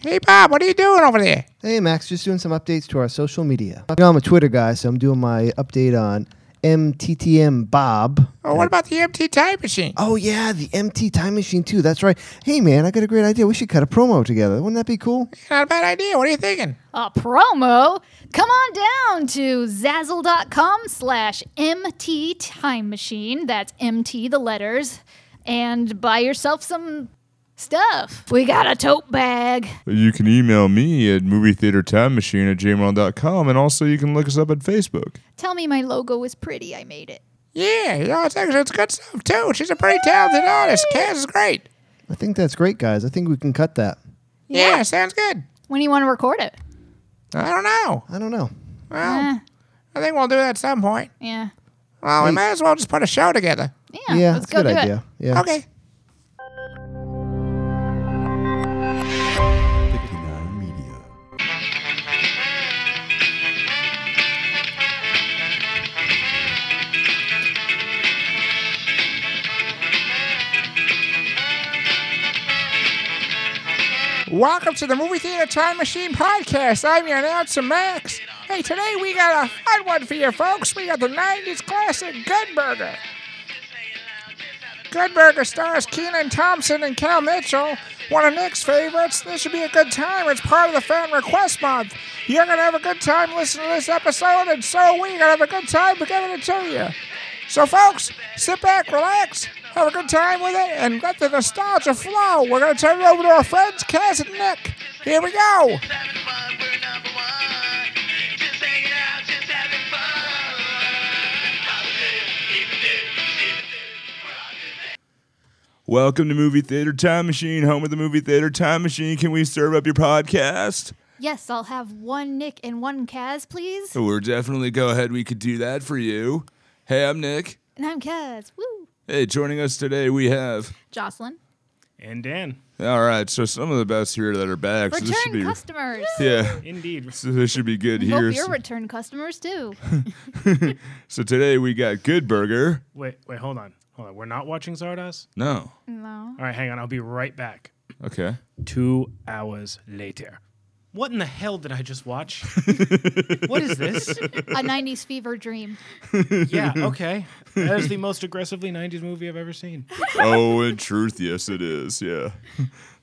Hey, Bob, what are you doing over there? Hey, Max, just doing some updates to our social media. You know, I'm a Twitter guy, so I'm doing my update on MTTM Bob. Oh, what about the MT time machine? Oh, yeah, the MT Time Machine, too. That's right. Hey, man, I got a great idea. We should cut a promo together. Wouldn't that be cool? Not a bad idea. What are you thinking? a promo, come on down to Zazzle.com slash MT Time Machine. That's MT the letters. And buy yourself some stuff. We got a tote bag. You can email me at movie theater time machine at gmail.com, and also you can look us up at Facebook. Tell me my logo is pretty. I made it. Yeah, you know, it's, actually- it's good stuff, too. She's a pretty talented artist. Cass is great. I think that's great, guys. I think we can cut that. Yeah, sounds good. When do you want to record it? I don't know. I don't know. Oh. Well, Eh, I think we'll do that at some point. yeah. Well, we might as well just put a show together. Yeah. yeah, let's that's go a good do idea. Yeah. Okay. 59 Media. Welcome to the Movie Theater Time Machine Podcast. I'm your announcer, Max. Hey, today we got a fun one for you folks. We got the 90s classic Good Burger. Good Burger stars Keenan Thompson and Cal Mitchell, one of Nick's favorites. This should be a good time. It's part of the Fan Request Month. You're going to have a good time listening to this episode, and so we're going to have a good time giving it to you. So, folks, sit back, relax, have a good time with it, and let the nostalgia flow. We're going to turn it over to our friends, Cass and Nick. Here we go. having fun, we're number one. Just hanging out, just having fun. Welcome to Movie Theater Time Machine, home of the Movie Theater Time Machine. Can we serve up your podcast? Yes, I'll have one Nick and one Kaz, please. We're definitely go ahead. We could do that for you. Hey, I'm Nick. And I'm Kaz. Woo. Hey, joining us today, we have. Jocelyn. And Dan, All right, so some of the best here that are back. so this should Return be. customers. Yeah, indeed. so this should be good here. Hope you're So- return customers too. so today we got Good Burger. Wait, wait, hold on. Hold on. We're not watching Zardoz? No. no. All right, hang on. I'll be right back. Okay. Two hours later. What in the hell did I just watch? what is this? A 90s fever dream. Yeah, okay. That is the most aggressively 90s movie I've ever seen. oh, in truth, yes, it is. Yeah.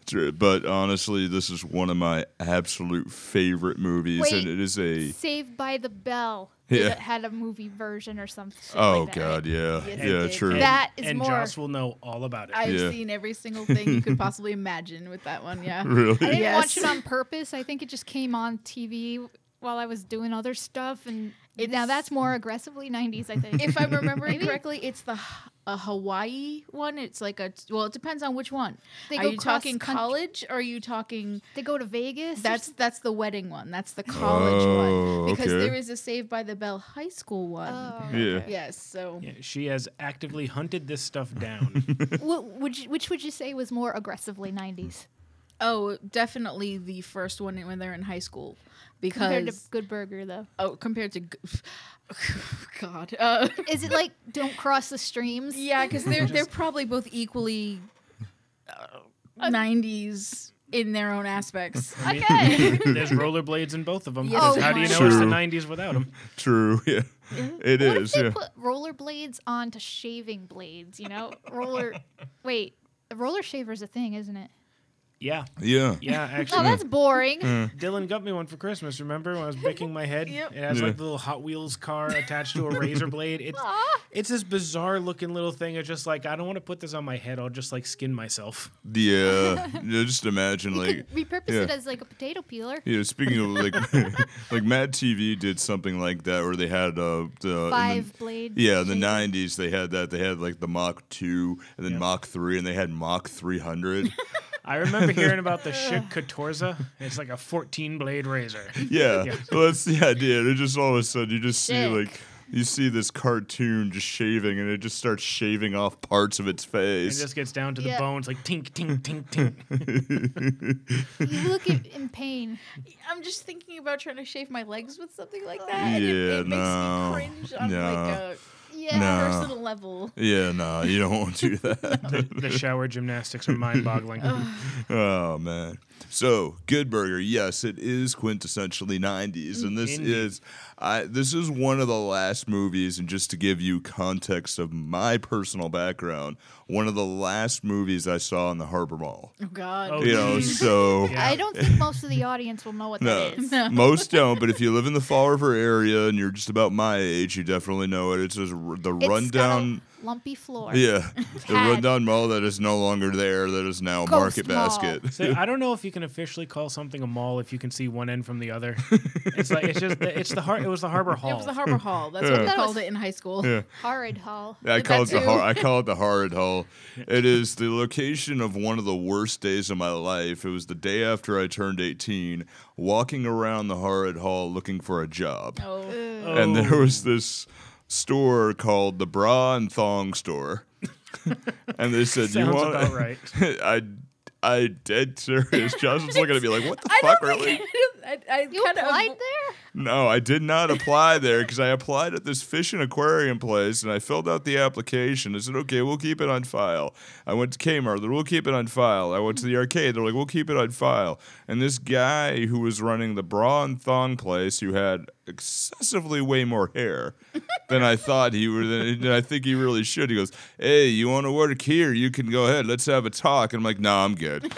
True. But honestly, this is one of my absolute favorite movies, Wait. and it is a. Saved by the Bell. Yeah. That had a movie version or something. Oh God, yeah, yeah, true. That is and more. Joss will know all about it. I've Yeah. seen every single thing you could possibly imagine with that one. Yeah. I really? didn't watch Yes. it on purpose. I think it just came on TV while I was doing other stuff, and now It's- that's more aggressively 90s. I think. If I'm remembering correctly, it's the h- a Hawaii one. It's like a well, it depends on which one. They are go you cross talking country. college? Or are you talking? they go to Vegas. or That's something. that's the wedding one. That's the college Oh, one because okay. there is a Saved by the Bell high school one. Oh. Yeah. Yes. So Yeah, she has actively hunted this stuff down. Wh- would you, which would you say was more aggressively 90s oh, definitely the first one when they're in high school compared to because Good Burger though? oh, compared to g- God. Uh, Is it like don't cross the streams? Yeah, because they're they're probably both equally uh, nineties in their own aspects. Okay. There's rollerblades in both of them. Yes. 'cause Oh how do you my know it's the True. 90s without them? True. Yeah. It Mm-hmm. What if is. they Yeah. put roller blades onto shaving blades? You know, roller. wait, a roller shaver's a thing, isn't it? Yeah. Yeah. Yeah, Oh, actually. that's boring. Mm. Dylan got me one for Christmas. Remember when I was baking my head? Yep. It has Yeah. like the little Hot Wheels car attached to a razor blade. It's it's this bizarre looking little thing. It's just like I don't want to put this on my head. I'll just like skin myself. Yeah. yeah. Just imagine, like, Repurpose yeah. it as like a potato peeler. Yeah, speaking of like, like Mad TV did something like that where they had uh, the in Five The, blade. yeah, in the shaver. '90s they had that. They had like the Mach two and then Mach three, and they had Mach 300. I remember hearing about the Chic Catorza. It's like a 14 blade razor. yeah. Yeah. well, that's the idea. And it just all of a sudden you just see Sick. like you see this cartoon just shaving, and it just starts shaving off parts of its It face. just gets down to the Yeah. bones, like tink, tink, tink, tink. You look in, in pain. I'm just thinking about trying to shave my legs with something like that. and Yeah, it, it no, makes me cringe on no. like a Yeah. No. personal level. yeah, no, you don't want to do that. The shower gymnastics are mind boggling. oh man. So, Good Burger, yes, it is quintessentially 90s and this is I this is one of the last movies and just to give you context of my personal background, one of the last movies I saw in the Harbor Mall. Oh God. Oh, You know, geez. so Yeah. I don't think most of the audience will know what No, that is. most don't. But if you live in the Fall River area and you're just about my age, you definitely know it. It's just r- the It's got a rundown, lumpy floor. yeah, the Had. rundown mall that is no longer there. That is now Ghost Market mall. Basket. So I don't know if you can officially call something a mall if you can see one end from the other. It's like it's just the, it's the har- it was the Harbor Hall. It was the Harbor Hall. That's what That we was- called it in high school. Yeah. Horrid hall. I Did call it that the too. hor- I call it the horrid hole. It is the location of one of the worst days of my life. It was the day after I turned 18, walking around the horrid hall looking for a job. Oh. and there Oh. was this store called the Bra and Thong Store. and they said, "You Sounds want?" about right. I, I dead serious. Josh was looking at me like, "What the I fuck, don't really?" think I, I You kind applied of there? No, I did not apply there because I applied at this fish and aquarium place and I filled out the application. I said, okay, we'll keep it on file. I went to Kmart, they're, we'll keep it on file. I went to the arcade, they're like, we'll keep it on file. And this guy who was running the bra and thong place, who had excessively way more hair than I thought he would, than I think he really should, he goes, hey, you want to work here? You can go ahead, let's have a talk. And I'm like, no, nah, I'm good.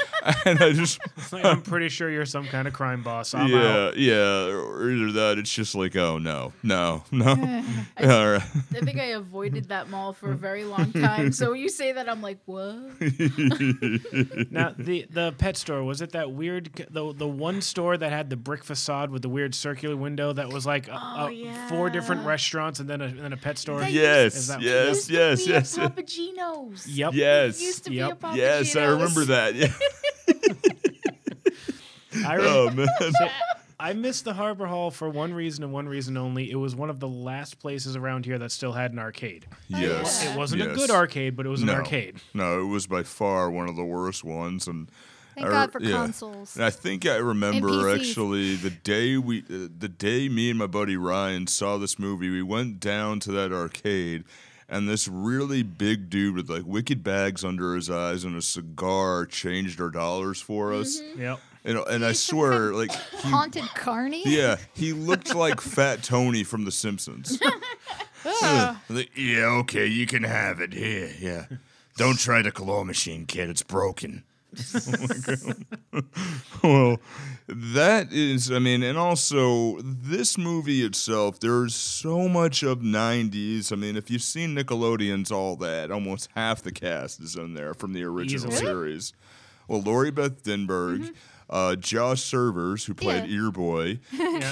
and I just. It's like, I'm pretty sure you're some kind of crime boss. I'm yeah, out. yeah, or either that. It's just like, oh no, no, no. All right. I think I avoided that mall for a very long time. So when you say that, I'm like, what? Now the the pet store was it that weird c- the the one store that had the brick facade with the weird circular window that was like a, a- four different restaurants and then a, and then a pet store. They- Is Yes, that- yes, used yes, to be yes, a Papagino's. Yep. yes, Used to Yep. be a Papagino's. yes. I remember that. Yeah. I, Oh re- man. I missed the Harbor Hall for one reason and one reason only. It was one of the last places around here that still had an arcade. yes. It wasn't a Yes. good arcade, but it was No. an arcade. No, it was by far one of the worst ones, and Thank I re- God for yeah. consoles. And I think I remember NPCs. actually the day we, uh, the day me and my buddy Ryan saw this movie, we went down to that arcade, and this really big dude with like wicked bags under his eyes and a cigar changed our dollars for us. Yep. And, and I swear, like, he, Haunted Carney? yeah, he looked like Fat Tony from The Simpsons. Yeah. Like, yeah, okay, you can have it. Here, yeah. Don't try the claw machine, kid. It's broken. Oh, well, that is, I mean, and also this movie itself, there's so much of 90s. I mean, if you've seen Nickelodeon's All That, almost half the cast is in there from the original Easily. series. Well, Lori Beth Denberg, Mm-hmm. uh, Josh Servers, who played Earboy, Keenan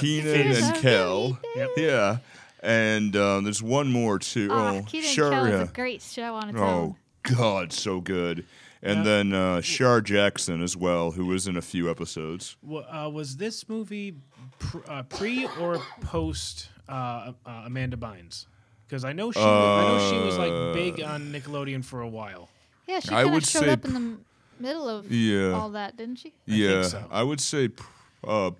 Fizz. and Kel. Yep. Yeah. And um, there's one more, too. Oh, oh, Kid and sure. Kel yeah. is a great show on its own. Oh God, so good. And then uh, Shar Jackson as well, who was in a few episodes. Wa- uh, was this movie pr- uh, pre or post uh, uh, Amanda Bynes? Because I know she, was, I know she was like big Uh, on Nickelodeon for a while. Yeah, she I kind of would showed say up in the m- middle of Yeah. all that, didn't she? yeah, so. I would say pr- uh,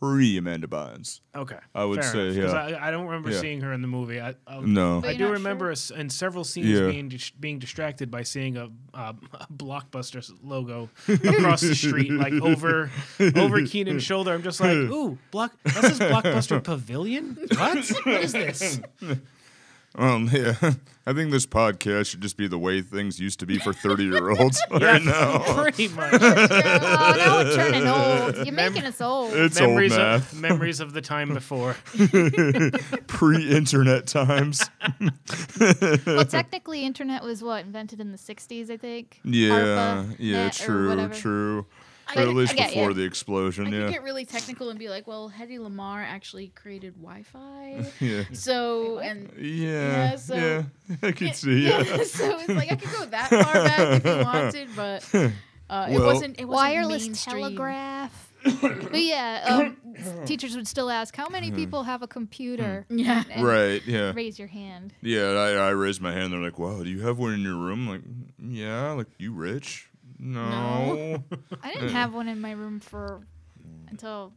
pre Amanda Bynes. Okay, I would fair say, enough, 'cause yeah. I, I don't remember Yeah. seeing her in the movie. I, I, No, But I you're do not remember sure? us in several scenes Yeah. being dis- being distracted by seeing a, uh, a blockbuster s- logo across the street, like over over Keenan's shoulder. I'm just like, ooh, block. This is Blockbuster Pavilion. What? What is this? um, yeah. I think this podcast should just be the way things used to be for thirty-year-olds right now. Pretty much. oh, now we're turning old. You're making us old. It's memories old of math, memories of the time before. pre-internet times. well, technically, internet was what invented in the '60s, I think. yeah, ARPA, yeah, net, or true, whatever. true. I Or at get- least I get before you. the explosion. I could yeah, get really technical and be like, well, Hedy Lamar actually created Wi-Fi. yeah, So and yeah, yeah, so- I could see. Yeah. so it's like I could go that far back if you wanted, but uh, it Well- wasn't. It wasn't Wireless mainstream. telegraph. but yeah, um, teachers would still ask, "How many people have a computer?" Yeah. And Hmm. Right. Yeah. Raise your hand. Yeah. and I, I raised my hand. They're like, "Wow, do you have one in your room?" like, yeah. Like, you rich? No. Uh. I didn't have one in my room for until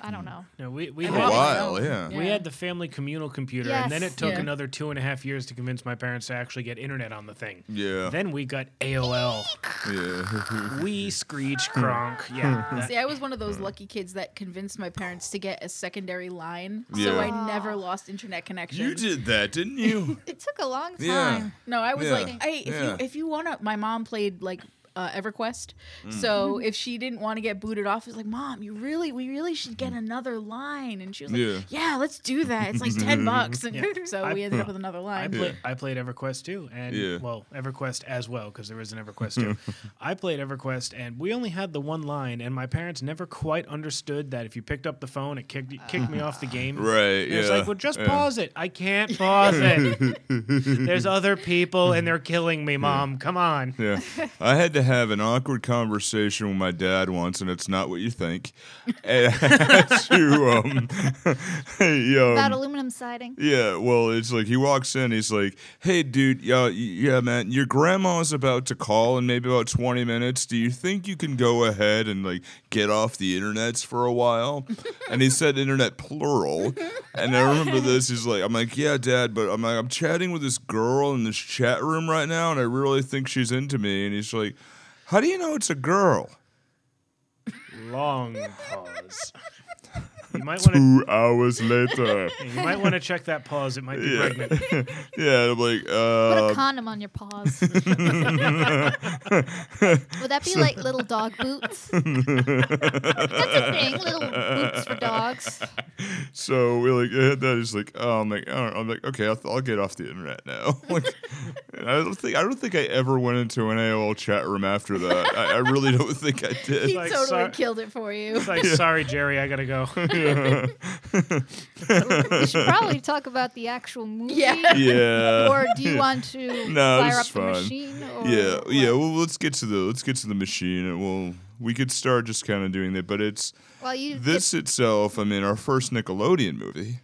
I don't know. No, we we A had- while, yeah. We had the family communal computer, and then Yes. it took Yeah. another two and a half years to convince my parents to actually get internet on the thing. Yeah. Then we got AOL. yeah. we screech Hmm. cronk. Yeah. that- See, I was one of those lucky kids that convinced my parents to get a secondary line, Yeah. so I never lost internet connection. you did that, didn't you? It took a long time. yeah. No, I was Yeah. like, hey, if Yeah. you if you wanna, my mom played like. Uh, EverQuest. Mm. So if she didn't want to get booted off, it's like, Mom, you really, we really should get another line. And she was like, Yeah. Yeah, let's do that. It's like ten bucks. And Yeah. so I- we ended up with another I, line. play, I played EverQuest too, and Yeah. well, EverQuest as well, because there is an EverQuest too. I played EverQuest, and we only had the one line, and my parents never quite understood that if you picked up the phone, it kicked kicked me off the game. Right. And yeah. It's like, well, just yeah. pause it. I can't pause it. There's other people, and they're killing me, Mom. Come on. Yeah. I had to have an awkward conversation with my dad once, and it's not what you think. And I had to, um, yo. About aluminum siding. Yeah, well, it's like he walks in, he's like, "Hey, dude, yeah, y- yeah, man, your grandma's about to call in maybe about twenty minutes. Do you think you can go ahead and like get off the internets for a while?" and he said internet plural, and I remember this. He's like, "I'm like, yeah, dad, but I'm like, I'm chatting with this girl in this chat room right now, and I really think she's into me." And he's like, "How do you know it's a girl?" Long pause. You might want Two to. hours later. You might want to check that pause. It might be Yeah. pregnant. yeah, and I'm like, Put uh, a condom on your paws. Would that be like little dog boots? That's a thing, little boots for dogs. So we like I had that. He's like, oh, I'm like, I don't, I'm like, okay, I'll, I'll get off the internet now. like, and I don't think I don't think I ever went into an AOL chat room after that. I, I really don't think I he did. like, totally sorry- killed it for you. It's like, sorry, Jerry, I gotta go. We should probably talk about the actual movie. Yeah. yeah. Or do you want to No, fire this up is the fine. machine? Or yeah, what? yeah. Well, let's get to the let's get to the machine, and we'll we could start just kind of doing that. But it's Well, you this itself. I mean, our first Nickelodeon movie.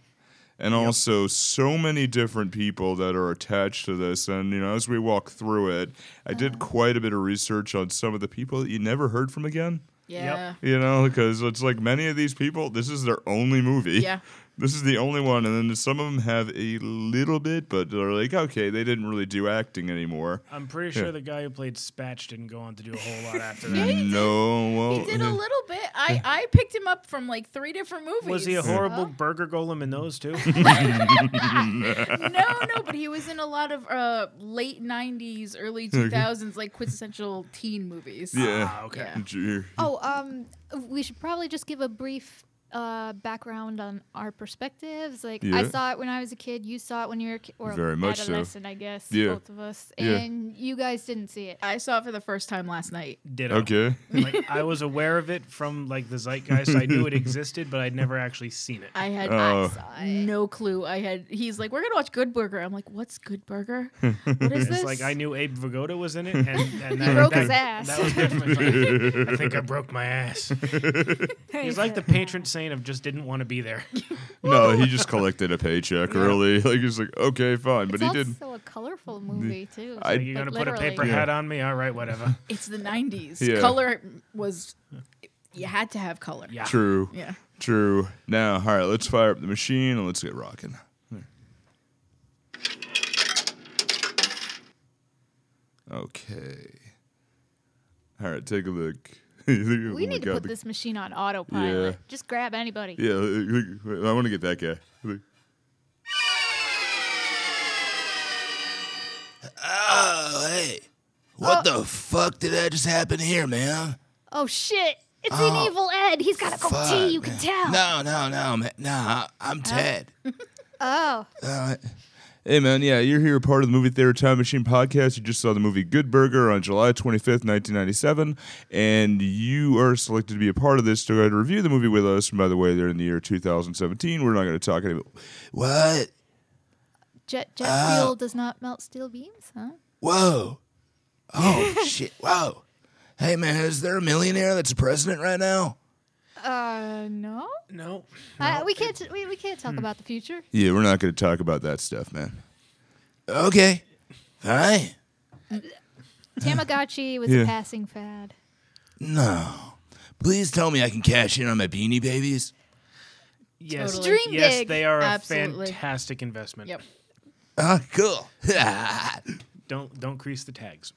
And also, so many different people that are attached to this. And, you know, as we walk through it, I did Uh-huh. quite a bit of research on some of the people that you never heard from again. Yeah. You know, because it's like many of these people, this is their only movie. Yeah. This is the only one. And then some of them have a little bit, but they're like, okay, they didn't really do acting anymore. I'm pretty sure the guy who played Spatch didn't go on to do a whole lot after Yeah, that. he did. No, well, He did a little bit. I, I picked him up from like three different movies. Was he a horrible burger golem in those too? no, no, but he was in a lot of uh, late '90s, early 2000s, like quintessential teen movies. yeah. Ah, okay. Yeah. Sure. Oh, um, we should probably just give a brief uh, background on our perspectives. Like I Yeah. saw it when I was a kid. You saw it when you were a ki- or Very much so. adolescent, I guess. Yeah. Both of us, Yeah. and you guys didn't see it. I saw it for the first time last night. Ditto. Okay. Like, I was aware of it from like the zeitgeist. I knew it existed, but I'd never actually seen it. I had Oh. I- no clue. I had. He's like, "We're gonna watch Good Burger." I'm like, "What's Good Burger? What is It's this?" like I knew Abe Vigoda was in it, and, and that, broke that, his ass. that was good for me. I think I broke my ass. He's like the patron saint of just didn't want to be there. No, he just collected a paycheck early. Like, he's like, okay, fine. But it's he also didn't. a colorful movie too. I- Like, you're Like, gonna put a literally. paper Yeah. hat on me? All right, whatever. it's the '90s. Yeah. Color was. You had to have color. Yeah. True. Yeah. True. Now, all right, let's fire up the machine and let's get rocking. Okay. All right, take a look. we need to put this machine on autopilot. Yeah. Just grab anybody. Yeah, look, look, I want to get that guy. Look. Oh, hey. What the fuck did that just happen here, man? Oh shit! It's Oh. an evil Ed. He's got a goatee. You can tell. No, no, no, man. Nah, I'm Ted. Oh, Hey, man, yeah, you're here part of the Movie Theater Time Machine podcast. You just saw the movie Good Burger on July 25th, 1997, and you are selected to be a part of this to go ahead and review the movie with us. And by the way, they're in the year 2017. We're not going to talk any What? jet jet Ah. fuel does not melt steel beams, huh? Whoa. Oh, shit. Whoa. Hey, man, is there a millionaire that's president right now? Uh, no. No. Uh, we can't. We, we can't Hmm. talk about the future. Yeah, we're not going to talk about that stuff, man. Okay. Fine. Tamagotchi was Yeah. a passing fad. No. Please tell me I can cash in on my beanie babies. Yes, Totally. Dream yes, big. they are a Absolutely. fantastic investment. Yep. Oh, Ah, cool. Don't don't crease the tags.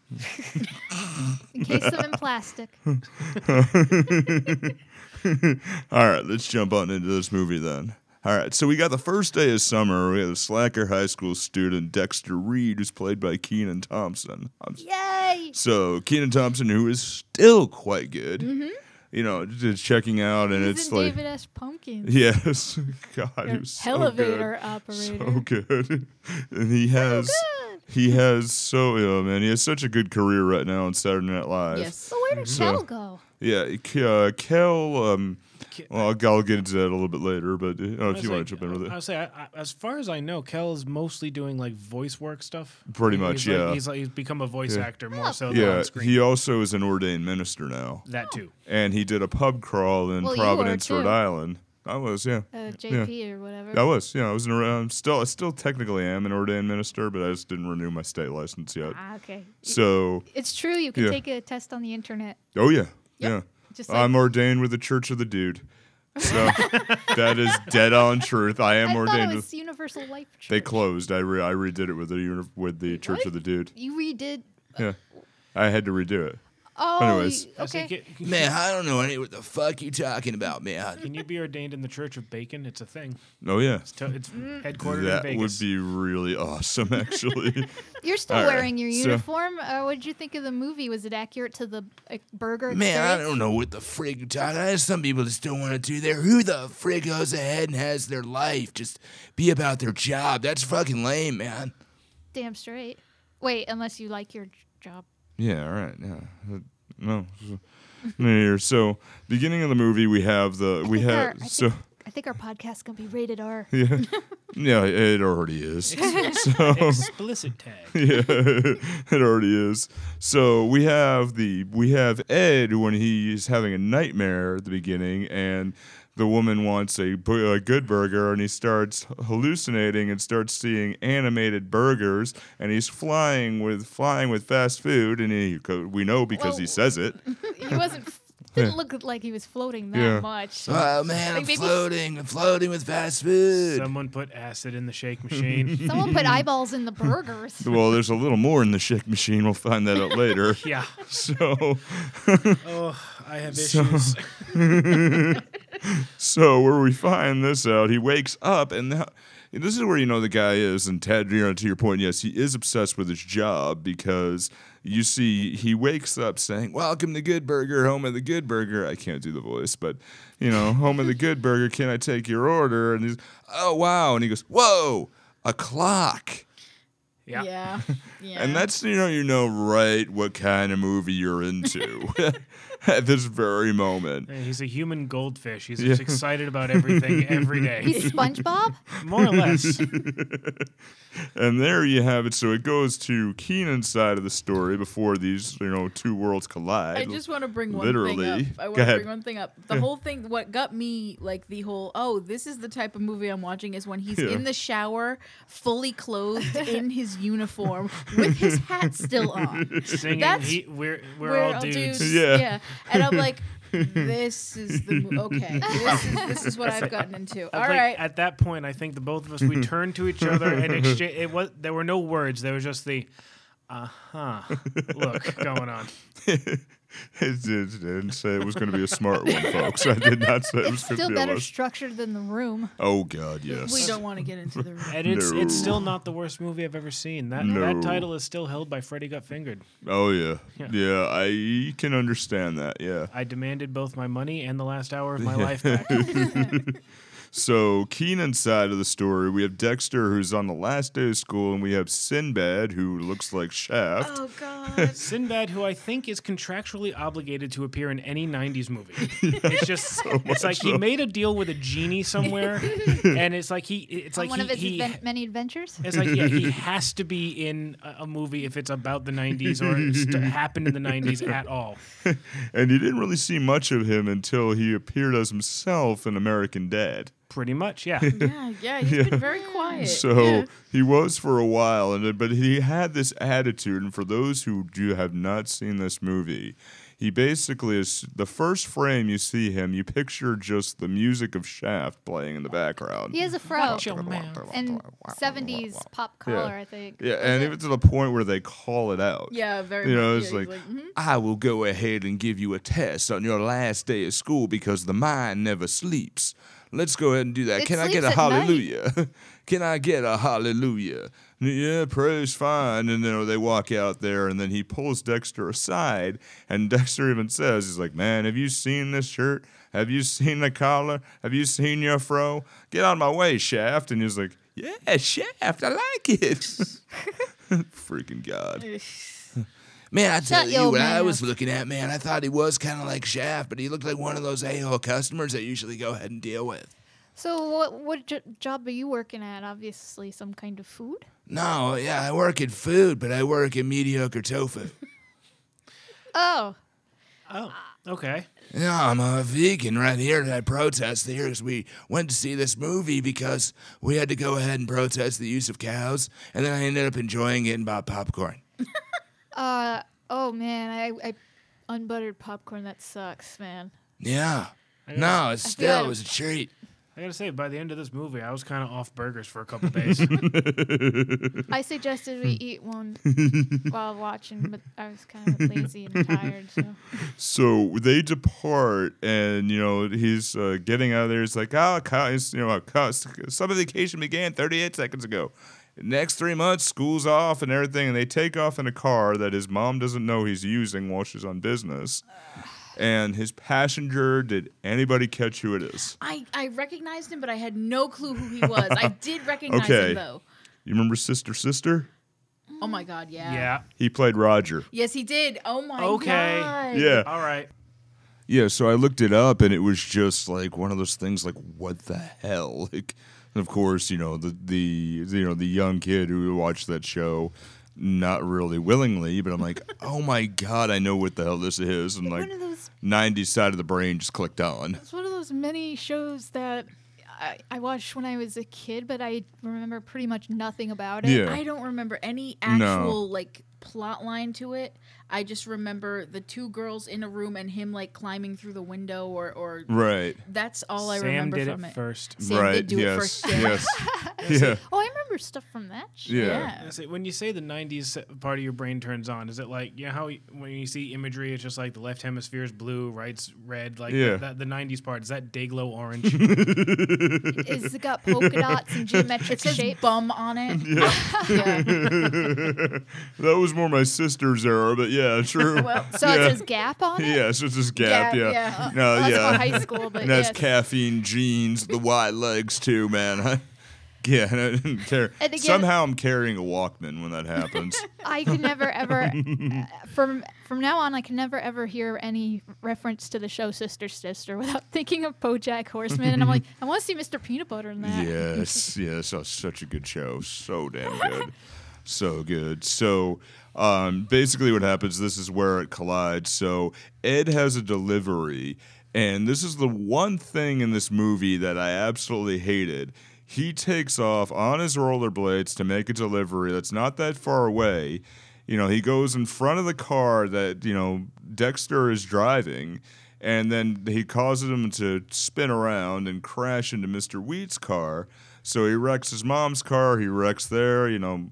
Encase them in plastic. All right, let's jump on into this movie then. All right, so we got the first day of summer. We have a slacker high school student, Dexter Reed, who's played by Keenan Thompson. I'm- Yay! So Keenan Thompson, who is still quite good, you know, just checking out, and Mm-hmm. He's it's in like, David S. Pumpkins. yes, God, he was so good. Elevator operator. so good. and he has he has so yeah, man, he has such a good career right now on Saturday Night Live. Yes. But where did So- Kel go? Yeah, K- uh, Kel. Um, well, I'll, I'll get into that a little bit later, but uh, I if you want was like- to jump in with I it, was say, I, I, as far as I know, Kel is mostly doing like voice work stuff. Pretty He's much, like- yeah. he's like he's become a voice actor Oh. more so than yeah, on screen. he also is an ordained minister now, that too. and he did a pub crawl in Well, you were, Providence, Rhode too. Island. I was, yeah. Uh, JP or whatever. I was, yeah. I was an, or- I'm still, I still technically am an ordained minister, but I just didn't renew my state license yet. Ah, okay. So, It's true. You can Yeah. take a test on the internet. oh yeah, yeah. Just like, I'm ordained with the Church of the Dude. So that is dead on truth. I am I thought ordained. it with, was Universal Life Church. they closed. I re, I redid it with the uni- with the Church what? of the Dude. You redid. Yeah, I had to redo it. Oh, Anyways. you- I was like, okay. "Can- man, I don't know any what the fuck you talking about, man. Can you be ordained in the Church of Bacon? It's a thing. Oh yeah, It's, to, it's headquartered that in would Vegas. be really awesome, actually. You're still All right, wearing your so- uniform. Uh, what did you think of the movie? Was it accurate to the uh, burger Man, I experience? don't know what the frig you talking. I, some people just don't want to do their. Who the frig goes ahead and has their life just be about their job? That's fucking lame, man. Damn straight. Wait, unless you like your j- job. Yeah, all right. Yeah. Uh, No. No, here. So, beginning of the movie, we have the we think our- I have think- so I think our podcast's gonna be rated R. yeah yeah it already is Oh. Explicit tag. yeah it already is. So we have the we have Ed when he's having a nightmare at the beginning and. The woman wants a, bu- a good burger, and he starts hallucinating and starts seeing animated burgers, and he's flying with flying with fast food, and he co- we know because he Well- says it. He wasn't. Didn't look like he was floating that Yeah. much. Oh man, I'm maybe- floating. I'm floating with fast food. Someone put acid in the shake machine. Someone put eyeballs in the burgers. Well, there's a little more in the shake machine. We'll find that out later. yeah. So, Oh, I have issues. so where we find this out, he wakes up, and now, this is where you know the guy is. And Ted, you know, to your point, yes, he is obsessed with his job because you see he wakes up saying, "Welcome to Good Burger, home of the Good Burger." I can't do the voice, but you know, home of the Good Burger. Can I take your order? And he's, "Oh wow!" And he goes, "Whoa, a clock." Yeah. Yeah. Yeah. And that's you know you know right what kind of movie you're into at this very moment. Yeah, He's a human goldfish. He's Yeah. just excited about everything every day, He's SpongeBob. more or less. And there you have it. So it goes to Keenan's side of the story before these you know two worlds collide. I just want to bring one Literally. thing up. Go I want to ahead. bring one thing up. The whole thing, what got me, like the whole, oh, this is the type of movie I'm watching is when he's Yeah. in the shower, fully clothed in his uniform with his hat still on. Singing, That's- he, we're, we're, We're all dudes. Yeah. And I'm like, this is the mo- okay. This is, this is what I've gotten into. All Like, right. At that point, I think the both of us Mm-hmm. we turned to each other and exchanged. It was there were no words. There was just the, uh huh, look going on. it did, not say it was going to be a smart one, folks. I did not say it was It's going to still be a better less- structured than the room. Oh God, yes. we don't want to get into the And it's No. it's still not the worst movie I've ever seen. That No. that title is still held by Freddy Got Fingered. Oh yeah. yeah, Yeah. I can understand that. Yeah. I demanded both my money and the last hour of my life back. So Keenan's side of the story, we have Dexter who's on the last day of school, and we have Sinbad who looks like Shaft. Oh God. Sinbad, who I think is contractually obligated to appear in any '90s movie, it's just it's like he made a deal with a genie somewhere, and it's like he it's On like one he, of his he- adven- many adventures. It's like yeah, he has to be in a, a movie if it's about the '90s or it's to happened in the '90s at all. And you didn't really see much of him until he appeared as himself in American Dad. Pretty much, yeah. Yeah, yeah. He's been very quiet. So he was for a while, and but he had this attitude. And for those who do have not seen this movie, He basically is the first frame you see him, you picture just the music of Shaft playing in the background. He has a fro Watch your mouth. and 70s pop collar, I think. Yeah, and even to the point where they call it out. Yeah, very. You know, much. it's Yeah, like, he's mhm. I will go ahead and give you a test on your last day of school because the mind never sleeps. Let's go ahead and do that. It Can I get sleeps a at night. hallelujah? Can I get a hallelujah? Yeah, praise fine. And then they walk out there, and then he pulls Dexter aside, and Dexter even says, "He's like, man, have you seen this shirt? Have you seen the collar? Have you seen your fro? Get out of my way, Shaft." And he's like, "Yeah, Shaft, I like it." Freaking god. Man, I tell Shut you your what I mouth. was looking at, man, I thought he was kind of like Shaft, but he looked like one of those a-hole customers I usually go ahead and deal with. So, what, what j- job are you working at? Obviously, some kind of food. No, yeah, I work in food, but I work in mediocre tofu. Oh, Oh, okay. Yeah, I'm a vegan right here, and I protest here because we went to see this movie because we had to go ahead and protest the use of cows, and then I ended up enjoying it and bought popcorn. uh, oh man, I, I unbuttered popcorn. That sucks, man. Yeah. No, it's feel still like- it was a treat. I gotta say, by the end of this movie, I was kind of off burgers for a couple days. I suggested we eat one while watching, but I was kind of lazy and tired. So. So they depart, and you know he's uh, getting out of there. He's like, "Ah, oh, you know, cow, summer vacation began 38 seconds ago. Next three months, school's off and everything." And they take off in a car that his mom doesn't know he's using while she's on business. And his passenger, did anybody catch who it is? I I recognized him, but I had no clue who he was. I did recognize Okay. him though. You remember Sister Sister? Oh my god, yeah. yeah. He played Roger. Yes, he did. Oh my Okay. god. Yeah. All right. Yeah, so I looked it up and it was just like one of those things like what the hell? Like and of course, you know, the the you know, the young kid who watched that show not really willingly, but I'm like, "Oh my god, I know what the hell this is." And like one of those 90 side of the brain just clicked on. It's one of those many shows that I, I watched when I was a kid, but I remember pretty much nothing about it. Yeah. I don't remember any No. actual like plot line to it. I just remember the two girls in a room and him like climbing through the window or or Right. that's all I Sam remember did from it it. first. Sam right. did do yes. it first. Yeah. Yes. yeah. Oh, I remember stuff from that show. Yeah. Yeah. I say, when you say the 90s se- part of your brain turns on, is it like, yeah, how y- when you see imagery, it's just like the left hemisphere is blue, right's red? Like Yeah. the, the 90s part, is that day glow orange? It's got polka dots and geometric It says shapes. bum on it. Yeah. That was more my sister's error, but yeah, true. Well, So Yeah. it says Gap on it. yeah, so it's just gap, Gap, yeah. yeah. No, Well, that's yeah. about high school, but And that's Uh, yes. caffeine jeans, the wide legs too, man. I, yeah, and I didn't care. And again- Somehow I'm carrying a Walkman when that happens. I can never ever uh, from from now on. I can never ever hear any reference to the show Sister Sister without thinking of BoJack Horseman, and I'm like, I want to see Mr. Peanut Butter in that. yes, yes, that was such a good show, so damn good, so good. So, um, basically, what happens? This is where it collides. So Ed has a delivery, and this is the one thing in this movie that I absolutely hated. He takes off on his rollerblades to make a delivery that's not that far away. You know, he goes in front of the car that, you know, Dexter is driving, and then he causes him to spin around and crash into Mr. Wheat's car. So he wrecks his mom's car, he wrecks there, you know,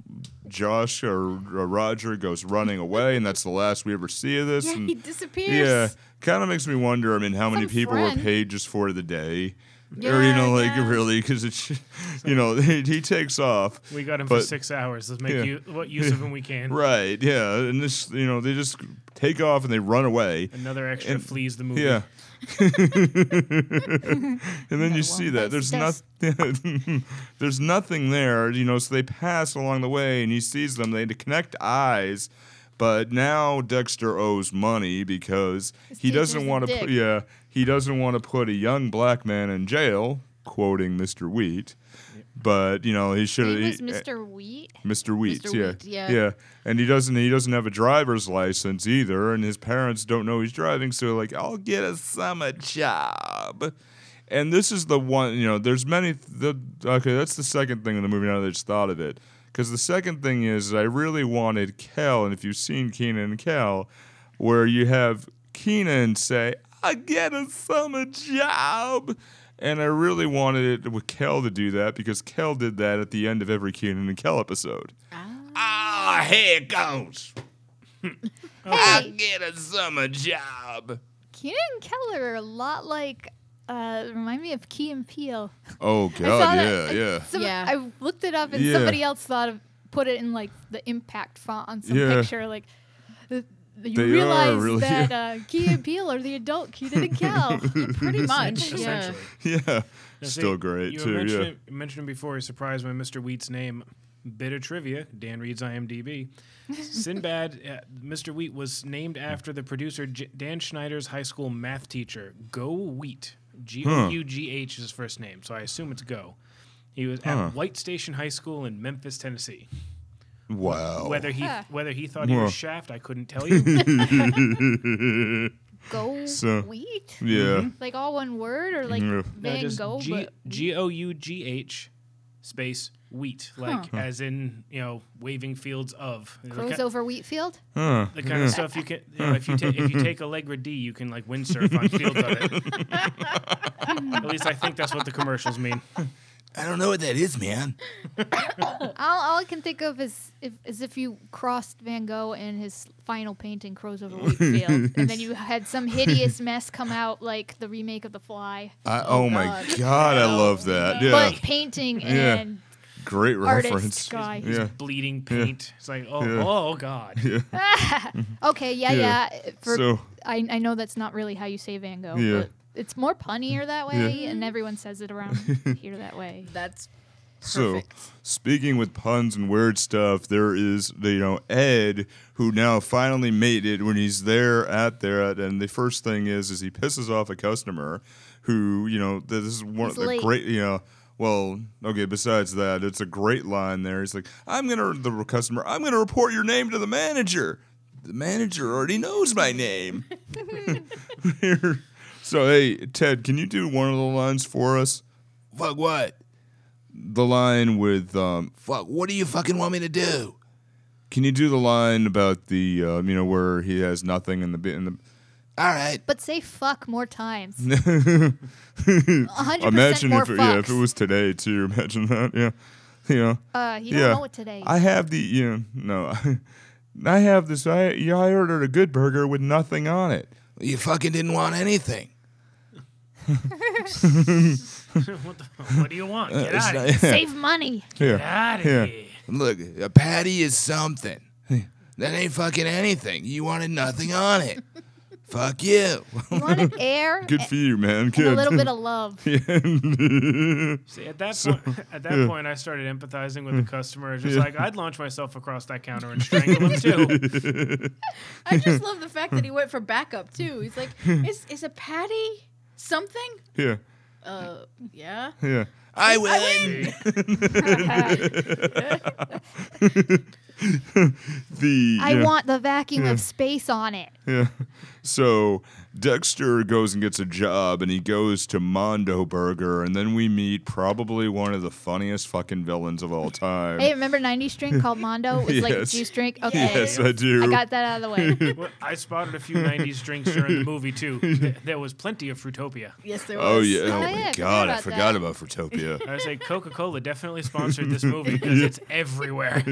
Josh or, or Roger goes running away, and that's the last we ever see of this. Yeah, and he disappears. yeah, kind of makes me wonder. I mean, how many Some people friend. were paid just for the day? or you Yeah, know, like yeah. really, because it's you know he, he takes off. we got him for But- six hours. Let's make Yeah. you, what use of him we can. Right? Yeah, and this you know they just take off and they run away. Another extra And- flees the movie. Yeah. and then you see that there's That's nothing there's nothing there, you know, so they pass along the way and he sees them, they had to connect eyes. But now Dexter owes money because he teacher's doesn't a want to dick. put yeah, he doesn't want to put a young black man in jail, quoting Mr. Wheat. But, you know, he eh, should His have name was Mr. Wheat. Mr. Wheat, Mr. yeah. Wheat, yeah. And he doesn't he doesn't have a driver's license either, and his parents don't know he's driving, so they're like, I'll get a summer job. And this is the one, you know, there's many the okay, that's the second thing in the movie now that I just thought of it. Because the second thing is I really wanted Cal, and if you've seen Keenan and Cal, where you have Keenan say, I get a summer job. And I really wanted it with Kel to do that because Kel did that at the end of every Keenan and Kel episode. Ah, here it goes. uh, I Hey, get a summer job. Keenan and Keller are a lot like. Uh, remind me of Key and Peele. Oh, saw God, yeah, that. yeah. Some, Yeah. I looked it up and Yeah. somebody else thought of put it in like the impact font on some Yeah. picture. Like th- you They are realize really- that uh, Key and Peele are the adult Keenan and Kel. Pretty much. yeah. essentially. Yeah. Now, see, Still great, you were too. Yeah. Mentioning, mentioned him before, he surprised by Mr. Wheat's name. Bit of trivia: Dan Reed's IMDb. Sinbad, uh, Mr. Wheat was named after the producer J- Dan Schneider's high school math teacher. Go Wheat. G O U G H is his first name, so I assume it's Go. He was at White Station High School in Memphis, Tennessee. Wow. Whether he Huh. whether he thought he Wow. was Shaft, I couldn't tell you. Go So- wheat, Yeah. Mm-hmm. like all one word, or like Mhm. No, Van Uh, just Gogh. G- but- G O U G H space wheat, like as in you know waving fields of. The Grows ki- over Wheatfield. Huh. the kind of stuff you can you know, if you take if you take Allegra D, you can like windsurf on fields of it. At least I think that's what the commercials mean. I don't know what that is, man. All, all I can think of is if, is if you crossed Van Gogh and his final painting crows over Wheatfield, and then you had some hideous mess come out like the remake of The Fly, I, oh, my God. I love that. Yeah. but painting Yeah. and Great artist reference. guy. He's Yeah. bleeding paint. It's like oh Yeah. oh god. okay, yeah, Yeah. yeah. For So- I, I know that's not really how you say Van Gogh, Yeah. but it's more punnier that way, and everyone says it around here that way. That's So, perfect. speaking with puns and weird stuff, there is you know Ed who now finally made it when he's there at there at, and the first thing is is he pisses off a customer who you know this is one He's of the late. great you know. Well, okay. Besides that, it's a great line there. He's like, "I'm gonna the customer. I'm gonna report your name to the manager. The manager already knows my name." so, hey, Ted, can you do one of the lines for us? Fuck what? The line with um, Fuck, what do you fucking want me to do? Can you do the line about the um, you know where he has nothing in the bi- in the? All right. But say fuck more times. 100% Imagine more if fucks. it, yeah, if it was today too. Imagine that. Yeah, yeah, uh, you yeah. don't know it today. I have the you know, no, I have this. I yeah, I ordered a good burger with nothing on it. You fucking didn't want anything. what, the, what do you want? Get It's out of not- here. Save money. Yeah, Out of Uh, Yeah. here. Look, a patty is something. That ain't fucking anything. You wanted nothing on it. Fuck you. You want air good for you, man. and a Good. little bit of love. See, at that point, at that point, I started empathizing Mm. with the customer. Just like I'd launch myself across that counter and strangle him too. I just love the fact that he went for backup too. He's like, is is a patty something? yeah, Uh, yeah. yeah. I win. The I yeah. want the vacuum of space on it. Yeah. So Dexter goes and gets a job and he goes to Mondo Burger and then we meet probably one of the funniest fucking villains of all time. Hey, remember 90s drink called Mondo? It was like a Yes. juice drink. Okay. yes, I do. I got that out of the way. Well, I spotted a few '90s drinks during the movie too. Th- There was plenty of Fruitopia. Yes, there was. oh yeah. Oh, Oh, yeah, my I forgot god, I about forgot that. about Fruitopia. I say Coca Cola definitely sponsored this movie because it's everywhere.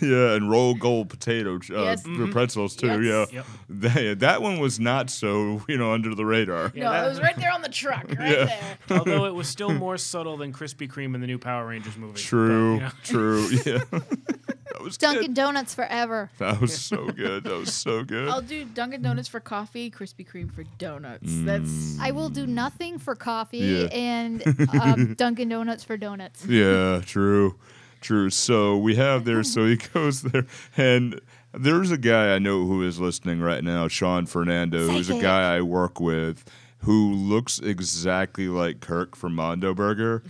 yeah, and roll gold potato uh, Yes. Mm-hmm. pretzels too. Yes. Yeah. Yep. That, that one was not so, you know, under the radar. No, it was right there on the truck, right there. Although it was still more subtle than Krispy Kreme in the new Power Rangers movie. True. But, you know, True. Yeah. that was Dunkin' good. Donuts forever. That was so good. That was so good. I'll do Dunkin' Donuts for coffee, Krispy Kreme for donuts. That's Mm. I will do nothing for coffee Yeah. and um, Dunkin' Donuts for donuts. Yeah, true, true. So we have there. So he goes there, and there's a guy I know who is listening right now, Sean Fernando, who's a Psychic. guy I work with. who looks exactly like Kirk from Mondo Burger,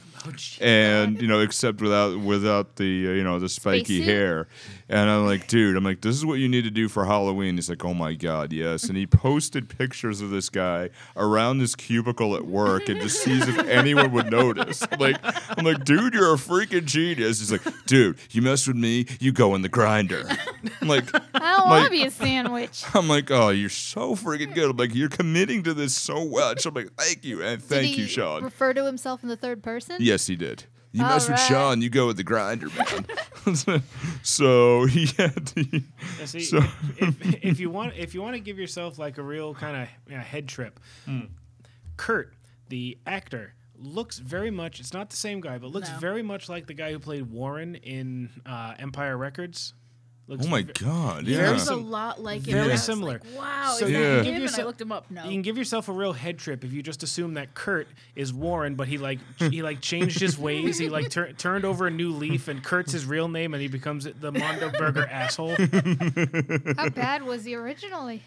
and you know, except without without the uh, you know the spiky Spacesuit? hair. And I'm like, dude, I'm like, this is what you need to do for Halloween. He's like, oh my god, yes. And he posted pictures of this guy around this cubicle at work and just sees if anyone would notice. I'm like, I'm like, dude, you're a freaking genius. He's like, dude, you mess with me, you go in the grinder. I'm like. I don't Like- want to be a sandwich. I'm like, oh, you're so freaking good. I'm like, you're committing to this so much. I'm like, thank you, and Did thank he you, Sean. Refer to himself in the third person. yes, he did. You All mess with right. Sean, you go with the grinder, man. so he had to. Yeah, see, So- if, if, if you want, if you want to give yourself like a real kind of you know, head trip, Hmm. Kurt, the actor, looks very much. It's not the same guy, but looks No. very much like the guy who played Warren in uh, Empire Records. Looks Oh my ve- god! Very Yeah. Looks a sim- lot like it. very and I was similar. Like, wow, So is you can that give him? And I yourself- looked him up. No, You can give yourself a real head trip if you just assume that Kurt is Warren, but he like he like changed his ways. He like tur- turned over a new leaf, and Kurt's his real name, and he becomes the Mondo Burger asshole. How bad was he originally?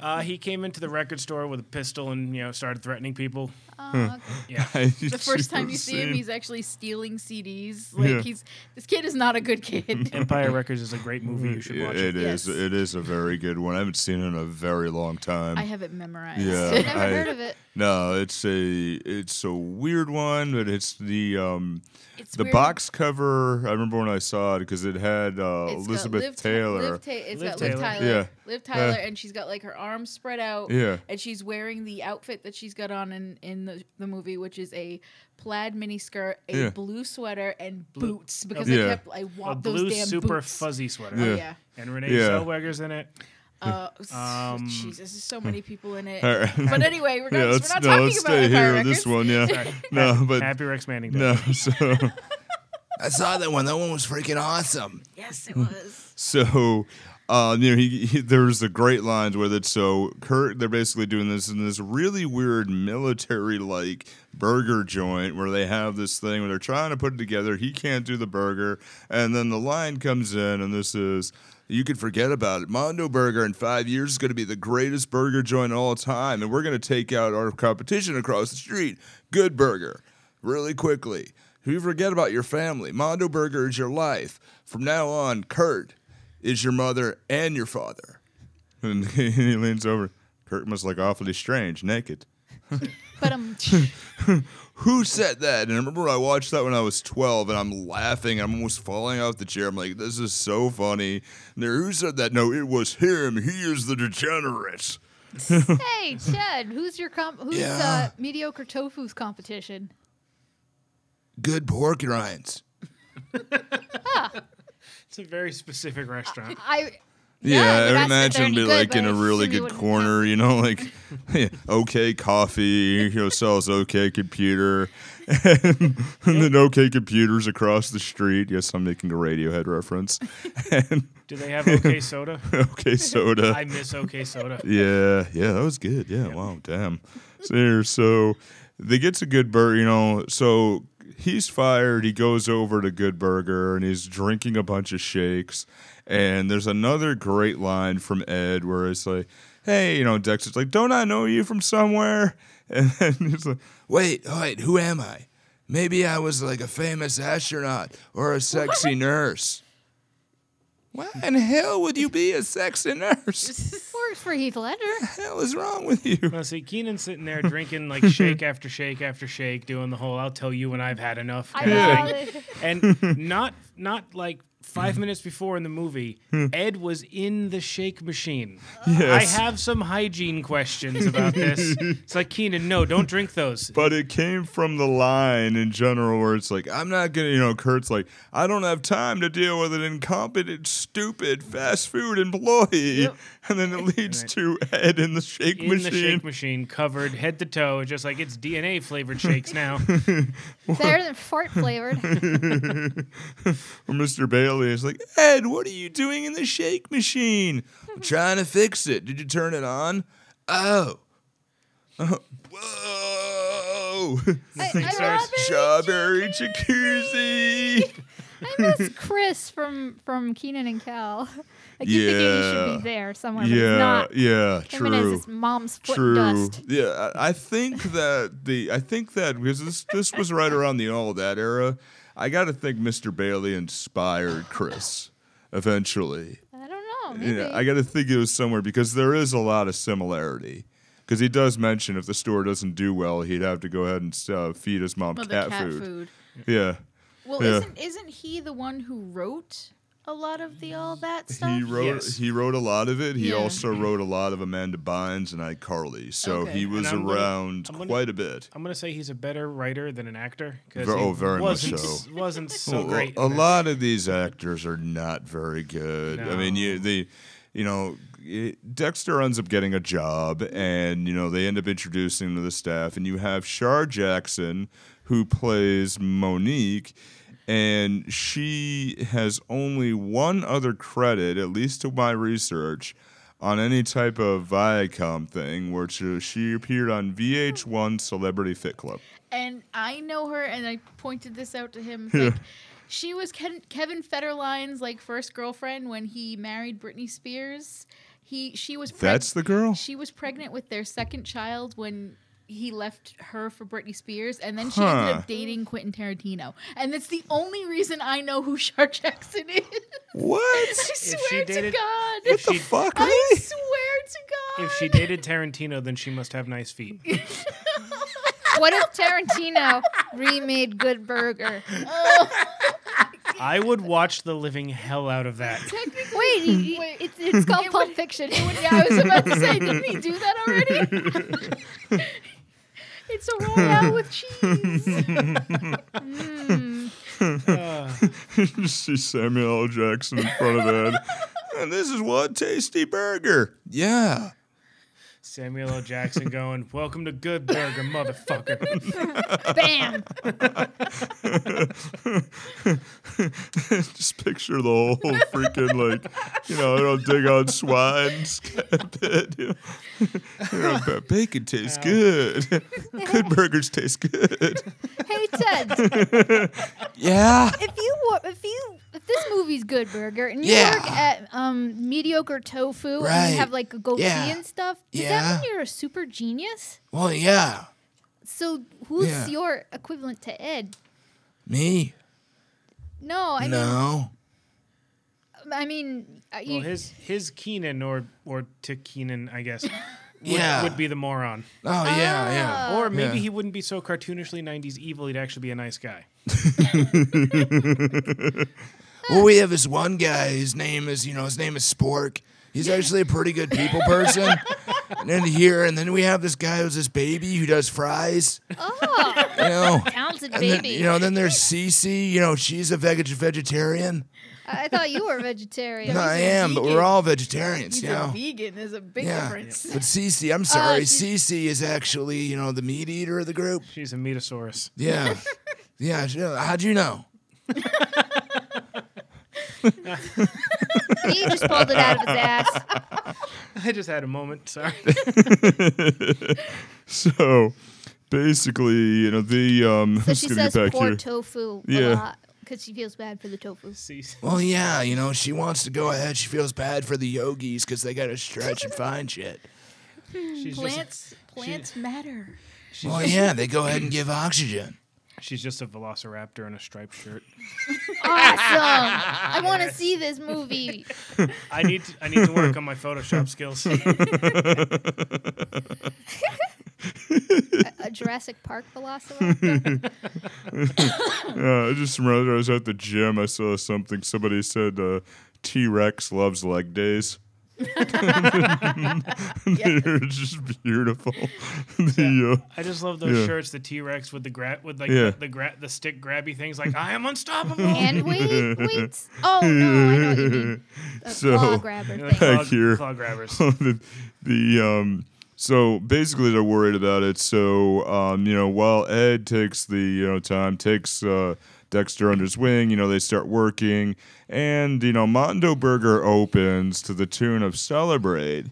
Uh, he came into the record store with a pistol and you know started threatening people. Oh, Yeah. the first time you see him, he's actually stealing CDs. Like Yeah. he's this kid is not a good kid. Empire Records is a great movie. You should watch it. It is. Yes. It is a very good one. I haven't seen it in a very long time. I have it memorized. Yeah. never I- heard of it. no, it's a it's a weird one, but it's the um It's the weird. box cover. I remember when I saw it because it had uh, It's got Elizabeth Liv Ta- Taylor. Liv Ta- it's Liv got Liv Taylor. Tyler. Yeah. Liv Tyler, and she's got like her arms spread out. Yeah. And she's wearing the outfit that she's got on in, in the, the movie, which is a plaid miniskirt, a Yeah. blue sweater, and boots. Because Yeah. I kept I A want blue those damn super boots. fuzzy sweater. Oh, Yeah. yeah. And Renee Yeah. Zellweger's in it. Uh, Um, Jesus, there's so many people in it. All right. But anyway, Yeah, let's, regardless, we're not no, talking let's about stay Empire here with Records. this one. Yeah, no, but Happy Rex Manning. Day. no. So, I saw that one. That one was freaking awesome. Yes, it was. so, uh, you know, he, he, there's the great lines with it. So, Kurt, they're basically doing this in this really weird military-like burger joint where they have this thing where they're trying to put it together. He can't do the burger, and then the line comes in, and this is. You can forget about it. Mondo Burger in five years is going to be the greatest burger joint of all time, and we're going to take out our competition across the street. Good Burger. really quickly. You forget about your family. Mondo Burger is your life. From now on, Kurt is your mother and your father. And he leans over. Kurt must look awfully strange, naked. But um, Who said that? And I remember I watched that when I was 12 and I'm laughing. I'm almost falling off the chair. I'm like, this is so funny. And there, who said that? No, it was him. He is the degenerate. hey Chad, who's your comp? Who's Yeah. uh, mediocre tofu's competition? Good pork rinds. It's a very specific restaurant. I Yeah, I that's would if they're imagine it'd any be good, like but in I a really assume you good wouldn't corner, you know, like yeah, OK Coffee, you know, sells OK Computer, and, and then OK Computers across the street. Yes, I'm making a Radiohead reference. And Do they have OK Soda? OK Soda. I miss OK Soda. Yeah, yeah, that was good. Yeah, wow, damn. So, here, so they gets a good burger, you know. So he's fired. He goes over to Good Burger and he's drinking a bunch of shakes. And there's another great line from Ed where it's like, "Hey, you know, Dexter's like, don't I know you from somewhere?" And then he's like, Wait, wait, who am I? Maybe I was like a famous astronaut or a sexy nurse. Why in hell would you be a sexy nurse? Works for Heath Ledger. What the hell is wrong with you? Well, see, Keenan's sitting there drinking like shake after shake after shake, doing the whole "I'll tell you when I've had enough" I kind of thing. know. that- and not not like Mm-hmm. five minutes before in the movie, Ed was in the shake machine. Hmm. Yes. I have some hygiene questions about this. it's like Keenan, no, don't drink those. But it came from the line in general where it's like, I'm not gonna, you know, Kurt's like, I don't have time to deal with an incompetent, stupid fast food employee. And then it leads to Ed in the shake in machine. the shake machine, covered head to toe, just like it's DNA flavored shakes now. Better than fart flavored. Or Mr. Bailey is like, Ed, what are you doing in the shake machine? I'm trying to fix it. Did you turn it on? Oh. Whoa. Woo! I, I love it. Strawberry jacuzzi. I miss Chris from from Keenan and Cal. I keep thinking he should Yeah. be there somewhere, but he's Yeah, not. yeah, Him and his true. his mom's foot True. dust. Yeah, I I think that the I think that because this this was right around the all that era. I got to think Mr. Bailey inspired Chris eventually. I don't know. Maybe. Yeah, I got to think it was somewhere because there is a lot of similarity. Because he does mention if the store doesn't do well, he'd have to go ahead and uh, feed his mom Well, the cat, cat food. food. Yeah, Well, Yeah. isn't isn't he the one who wrote a lot of the all that stuff? he wrote Yes. he wrote a lot of it. He Yeah. also wrote a lot of Amanda Bynes and iCarly, so Okay. he was And I'm gonna- around I'm gonna- quite a bit. I'm gonna say he's a better writer than an actor because Ver- oh, very much wasn't, so. Wasn't so Well, great. A, in this. lot of these actors are not very good. I mean, you the you know it- Dexter ends up getting a job, and you know they end up introducing him to the staff, and you have Shar Jackson who plays Monique. And she has only one other credit, at least to my research, on any type of Viacom thing, where she, she appeared on VH1 Celebrity Fit Club. And I know her, and I pointed this out to him. Like, she was Ken- Kevin Federline's like first girlfriend when he married Britney Spears. He she was preg- That's the girl? she was pregnant with their second child when he left her for Britney Spears, and then she Huh. ended up dating Quentin Tarantino. And that's the only reason I know who Shar Jackson is. What? I she swear to dated- God. if the she- fuck? I Really? swear to God. If she dated Tarantino, then she must have nice feet. What if Tarantino remade Good Burger? I would watch the living hell out of that. Wait, you- you- Wait. it's, it's called It would- Pulp Fiction. Yeah, I was about to say, didn't he do that already? it's a royale with cheese. Uh, You see Samuel L. Jackson in front of that. and this is one tasty burger. Yeah. Samuel L. Jackson going, "Welcome to Good Burger, motherfucker." Bam! Just picture the whole freaking like, you know, I don't dig on swines. pit, you know. You know, but bacon tastes good. good burgers taste good. Hey Ted, Yeah. if you were, if you if this movie's Good Burger and you Yeah. work at um, mediocre tofu and Right. you have like a goatee Yeah. and stuff, does Yeah. that mean you're a super genius? Well, yeah. So who's Yeah. your equivalent to Ed? Me? No, I no. mean, I mean, uh, you, Well, his his Keenan or or to Keenan, I guess, would, Yeah. would be the moron. Oh, yeah, yeah. Or maybe Yeah. he wouldn't be so cartoonishly '90s evil. He'd actually be a nice guy. Well, we have this one guy. His name is, you know, his name is Spork. He's actually a pretty good people person. and then here, and then we have this guy who's this baby who does fries. oh, You know. talented And then, baby. you know, then there's Cece. You know, she's a veg- vegetarian. I I thought you were a vegetarian. No, I he's a am, but vegan. we're all vegetarians. He's you know. a vegan. There's a big Yeah. difference. But Cece, I'm sorry, Uh, she's- Cece is actually, you know, the meat eater of the group. She's a metasaurus. Yeah. yeah. she- How'd you know? He just pulled it out of his ass. I just had a moment. Sorry. So basically, you know, the um So this she is gonna says get back poor here. tofu a Yeah. lot because she feels bad for the tofu. Cece. Well, yeah, you know, she wants to go ahead. She feels bad for the yogis because they got to stretch and find shit. She's just, Plants, plants matter. Well, yeah, they go ahead and give oxygen. she's just a velociraptor in a striped shirt. Awesome! I want to see this movie. I need to, I need to work on my Photoshop skills. A Jurassic Park Velociraptor. Yeah, I just remember I was at the gym. I saw something. Somebody said uh, T Rex loves leg days. They're just beautiful. the, uh, I just love those Yeah. shirts, the T Rex with the gra- with like Yeah. the the, gra- the stick grabby things. Like I am unstoppable. and wait, wait. Oh no, I know what you mean. A So- claw grabber They're thing. like claw, Thank you. claw grabbers. the, the um so basically they're worried about it so um you know while ed takes the you know time takes uh dexter under his wing you know they start working and you know mondo burger opens to the tune of celebrate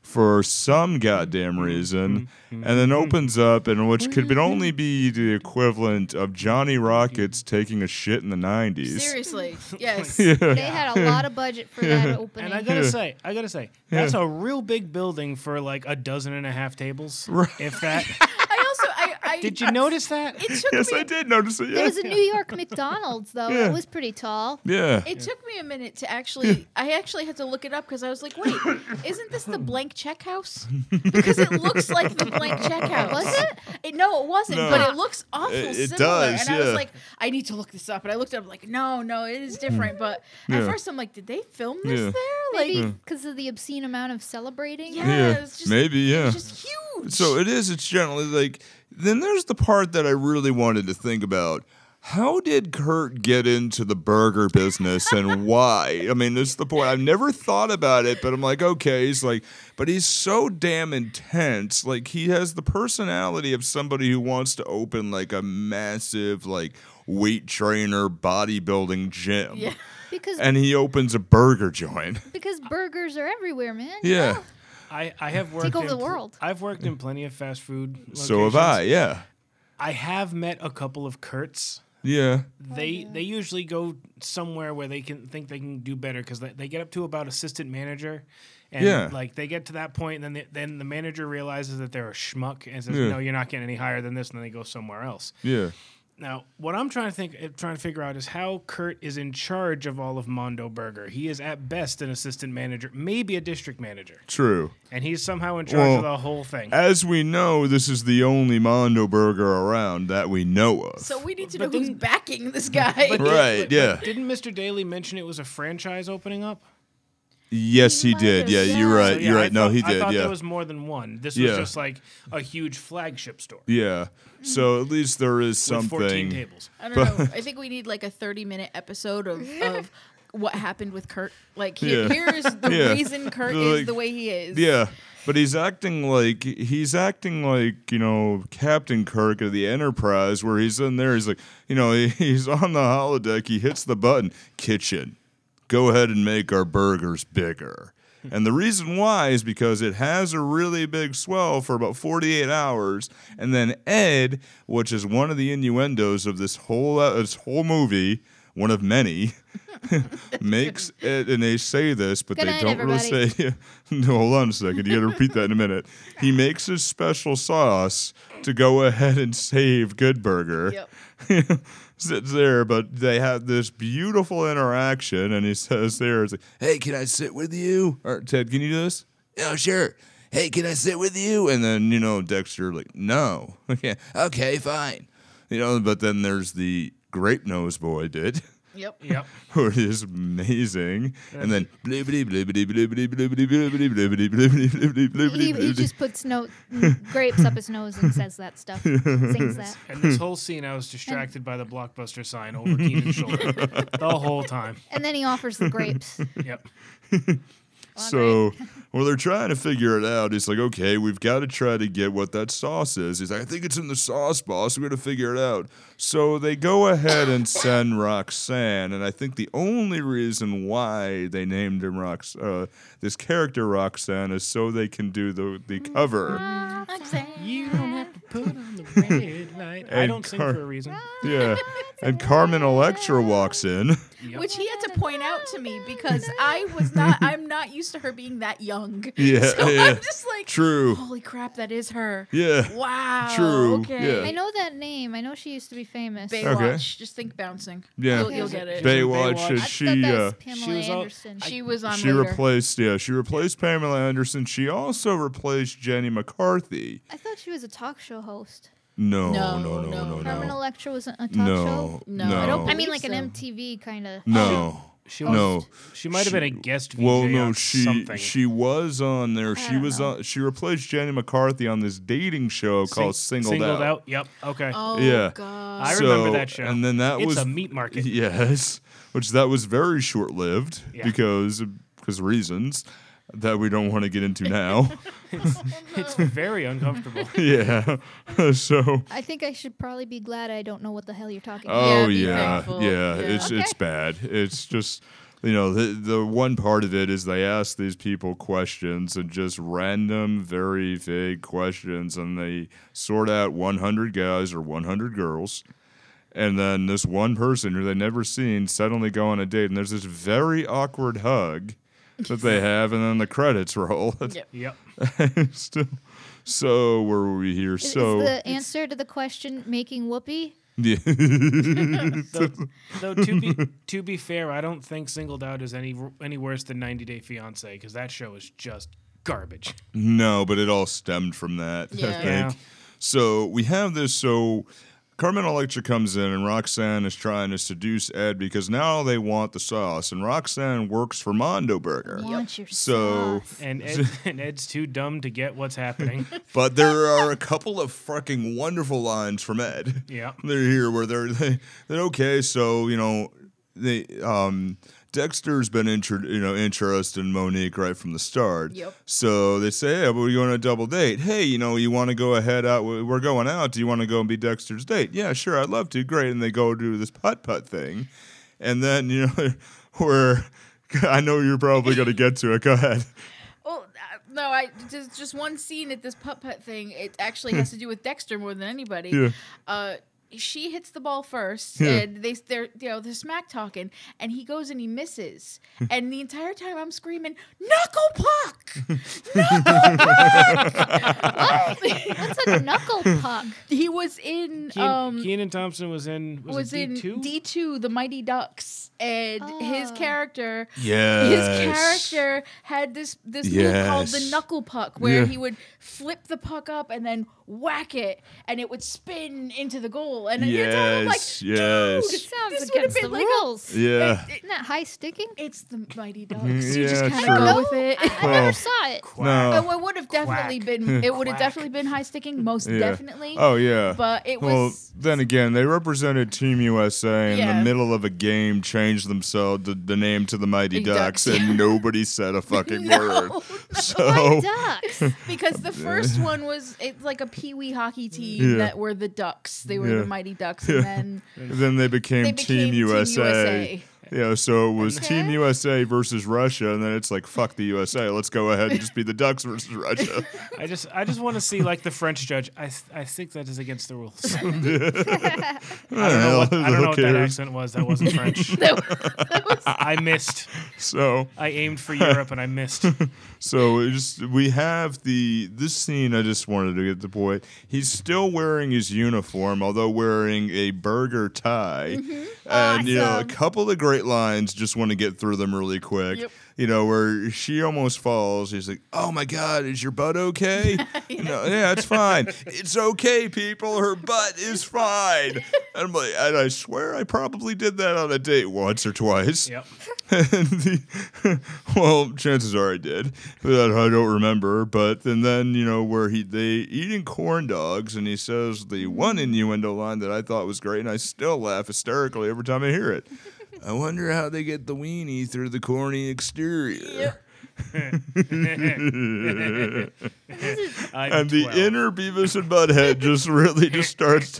for some goddamn reason, Mm-hmm. and then opens up, and which could be- only be the equivalent of Johnny Rockets taking a shit in the 90s. Seriously, yes. They had a lot of budget for that opening. And I gotta say, I gotta say, that's a real big building for like a dozen and a half tables. If that, I also, I, I did you notice that? It took Yes, me. I did notice it. there Yeah. was a New York McDonald's though. Yeah. It was pretty tall. yeah. It took me a minute to actually. I actually had to look it up because I was like, "Wait, isn't this the blank check house?" Because it looks like the blank check house. Was it? no, it wasn't. No. But it looks awful It- it similar. does, and I was yeah. Mm. like, "I need to look this up." And I looked it up like, "No, no, it is different." But at Yeah. first, I'm like, "Did they film this Yeah. there?" Like, Maybe because of the obscene amount of celebrating. yeah, Yeah. it's just Maybe, yeah. it's just huge. So it is. It's generally like. Then there's the part that I really wanted to think about. How did Kurt get into the burger business and why? I mean, this is the point. I've never thought about it, but I'm like, okay, he's like, but he's so damn intense. Like, he has the personality of somebody who wants to open like a massive, like, weight trainer bodybuilding gym. Yeah. Because And he opens a burger joint. because burgers are everywhere, man. Yeah. I, I have worked over in the pl- world. I've worked in plenty of fast food. So have I. locations. Yeah. I have met a couple of Kurt's. Yeah. They they usually go somewhere where they can think they can do better because they, they get up to about assistant manager, and Yeah. like they get to that point, and then they, then the manager realizes that they're a schmuck and says, Yeah. "No, you're not getting any higher than this," and then they go somewhere else. Yeah. Now, what I'm trying to think, uh, trying to figure out is how Kurt is in charge of all of Mondo Burger. He is at best an assistant manager, maybe a district manager, True. and he's somehow in charge of Well, the whole thing. As we know, this is the only Mondo burger around that we know of. So we need to know But who's then- backing this guy. right, yeah. Didn't Mr. Daly mention it was a franchise opening up? yes, he might did. have Yeah, said- you're right. So, you're I right. no, thought- he I did. thought Yeah. there was more than one. This Yeah. was just like a huge flagship store yeah. So at least there is with 14 something. tables. I don't know. I think we need like a 30 minute episode of, of what happened with Kurt. Like, he- Yeah. here's the Yeah. reason Kurt They're is like- the way he is. Yeah. But he's acting like he's acting like, you know, Captain Kirk of the Enterprise where he's in there he's like, you know, he, he's on the holodeck, he hits the button, kitchen. Go ahead and make our burgers bigger. And the reason why is because it has a really big swell for about 48 hours, and then Ed, which is one of the innuendos of this whole uh, this whole movie, one of many, makes it, and they say this, but Good they night, don't really everybody. say. no, hold on a second. You got to repeat that in a minute. He makes his special sauce to go ahead and save Good Burger Yep. sits there, but they have this beautiful interaction, and he says there, it's like, Hey, can I sit with you? all right, Ted, can you do this? Oh, sure. Hey, can I sit with you? And then, you know, Dexter, like, no. Yeah. Okay, fine. You know, but then there's the grape nose boy did, Yep. Yep. who is amazing. And then, blibbity, blibbity, blibbity, blibbity, blibbity, blibbity, blibbity, blibbity, He, blibbity, he blibbity. just puts no grapes up his nose and says that stuff. Sings that. And this whole scene, I was distracted by the blockbuster sign over Keenan's shoulder the whole time. And then he offers the grapes. Yep. So well, they're trying to figure it out, it's like, okay, we've got to try to get what that sauce is. He's like, I think it's in the sauce, boss. We're going to figure it out. So they go ahead and send Roxanne. And I think the only reason why they named him Rox, uh, this character Roxanne, is so they can do the, the cover. You don't have to put on the red light. I And don't sing Car- for a reason. Yeah. And Carmen Electra walks in. Which he had to point out to me because I was not, I'm not used to her being that young. Yeah, So yeah. I'm just like, True. holy crap, that is her. Yeah. Wow. True, Okay. yeah. I know that name. I know she used to be famous. Baywatch. Okay. Just think bouncing. Yeah. You'll, you'll get it. Bay- Baywatch, Baywatch. is I thought she. that Uh, was Pamela she was all- Anderson. she was on She later. replaced, yeah, she replaced Pamela Anderson. She also replaced Jenny McCarthy. I thought she was a talk show host. No, no, No, no, no, no. no, Carmen no. Electra wasn't a talk No, show. No, no, I don't I mean, like believe an so. MTV kind of. no. She was, No. She might have been a guest VJ Well, no, on she something. she was on there. She was on. She replaced Jenny McCarthy on this dating show Sing- called Singled, Out. Yep. Okay. Oh, Yeah. God. I remember So, that show. and then that it's was- a meat market. Yes, which that was very short lived Yeah. because because reasons that we don't want to get into now. It's very uncomfortable. yeah. so. I think I should probably be glad I don't know what the hell you're talking about. Oh be yeah, yeah. thankful. Yeah. It's it's bad. It's just you know, the, the one part of it is they ask these people questions and just random, very vague questions, and they sort out 100 guys or 100 girls. And then this one person who they never seen suddenly go on a date, and there's this very awkward hug that they have, and then the credits roll. Yep. Still, so where were we here? Is so the answer to the question making whoopee? Though, though to be to be fair, I don't think Singled Out is any any worse than 90 Day Fiance because that show is just garbage. No, but it all stemmed from that, I Yeah. think. Yeah. So we have this. So Carmen Electra comes in, and Roxanne is trying to seduce Ed because now they want the sauce, and Roxanne works for Mondo Burger. Want your So, sauce. And Ed, and Ed's too dumb to get what's happening. but there are a couple of fucking wonderful lines from Ed. Yeah. they're here where they're they, they're okay. So you know, they um. Dexter's been inter- you know interested in Monique right from the start. Yep. So they say, "Hey, we're going on a double date. Hey, you know, you want to go ahead out? we- We're going out. Do you want to go and be Dexter's date? Yeah, sure, I'd love to. Great." And they go do this putt putt thing, and then you know, where I know you're probably going to get to it. Go ahead. Well, uh, no, I just just one scene at this putt putt thing. It actually has to do with Dexter more than anybody. Yeah. Uh, she hits the ball first, Yeah. and they they're you know they're smack talking, and he goes and he misses, and the entire time I'm screaming knuckle puck, What's a knuckle puck? He was in Keen, um Keenan Thompson was in was, was it in D2? D two the Mighty Ducks, and his Oh. character Yes. His character had this this move called the Yes. knuckle puck, where Yeah. he would flip the puck up and then whack it, and it would spin into the goal. And yes. the time I'm like, Yes. yes. It sounds This would've against been the like a- rules. Yeah. Isn't that high sticking? it's the Mighty Ducks. You Yeah, just kind true. of go with it. I never saw it. I No. would have definitely Quack. been. It would have Quack. definitely been high sticking, most Yeah. definitely. Oh yeah. But it Well, was. then again, they represented Team USA in Yeah. the middle of a game, changed themselves the, the name to the Mighty Big Ducks, Ducks. and nobody said a fucking word. White So ducks. Because the first one was it's like a pee wee hockey team Yeah. that were the Ducks. They were Yeah. the Mighty Ducks, and then then they became, they became Team USA. USA. Yeah, so it was Team Okay. USA versus Russia, and then it's like fuck the USA. Let's go ahead and just be the Ducks versus Russia. I just I just want to see like the French judge. I th- I think that is against the rules. I don't know what, I don't know what that accent was. That wasn't French. I missed. So I aimed for Europe and I missed. So it just we have the this scene. I just wanted to get the point. He's still wearing his uniform, although wearing a burger tie. And you know, a Awesome. couple of great lines. Just want to get through them really quick. Yep. You know, where she almost falls. He's like, "Oh my God, is your butt okay?" No, yeah, it's fine. it's okay, people. Her butt is fine. And I'm like, and I swear, I probably did that on a date once or twice. Yep. And the- well, chances are I did. That I don't remember. But and then you know where he they eating corn dogs, and he says the one innuendo line that I thought was great, and I still laugh hysterically every time I hear it. I wonder how they get the weenie through the corny exterior. I'm And the 12. inner Beavis and Butthead just really just starts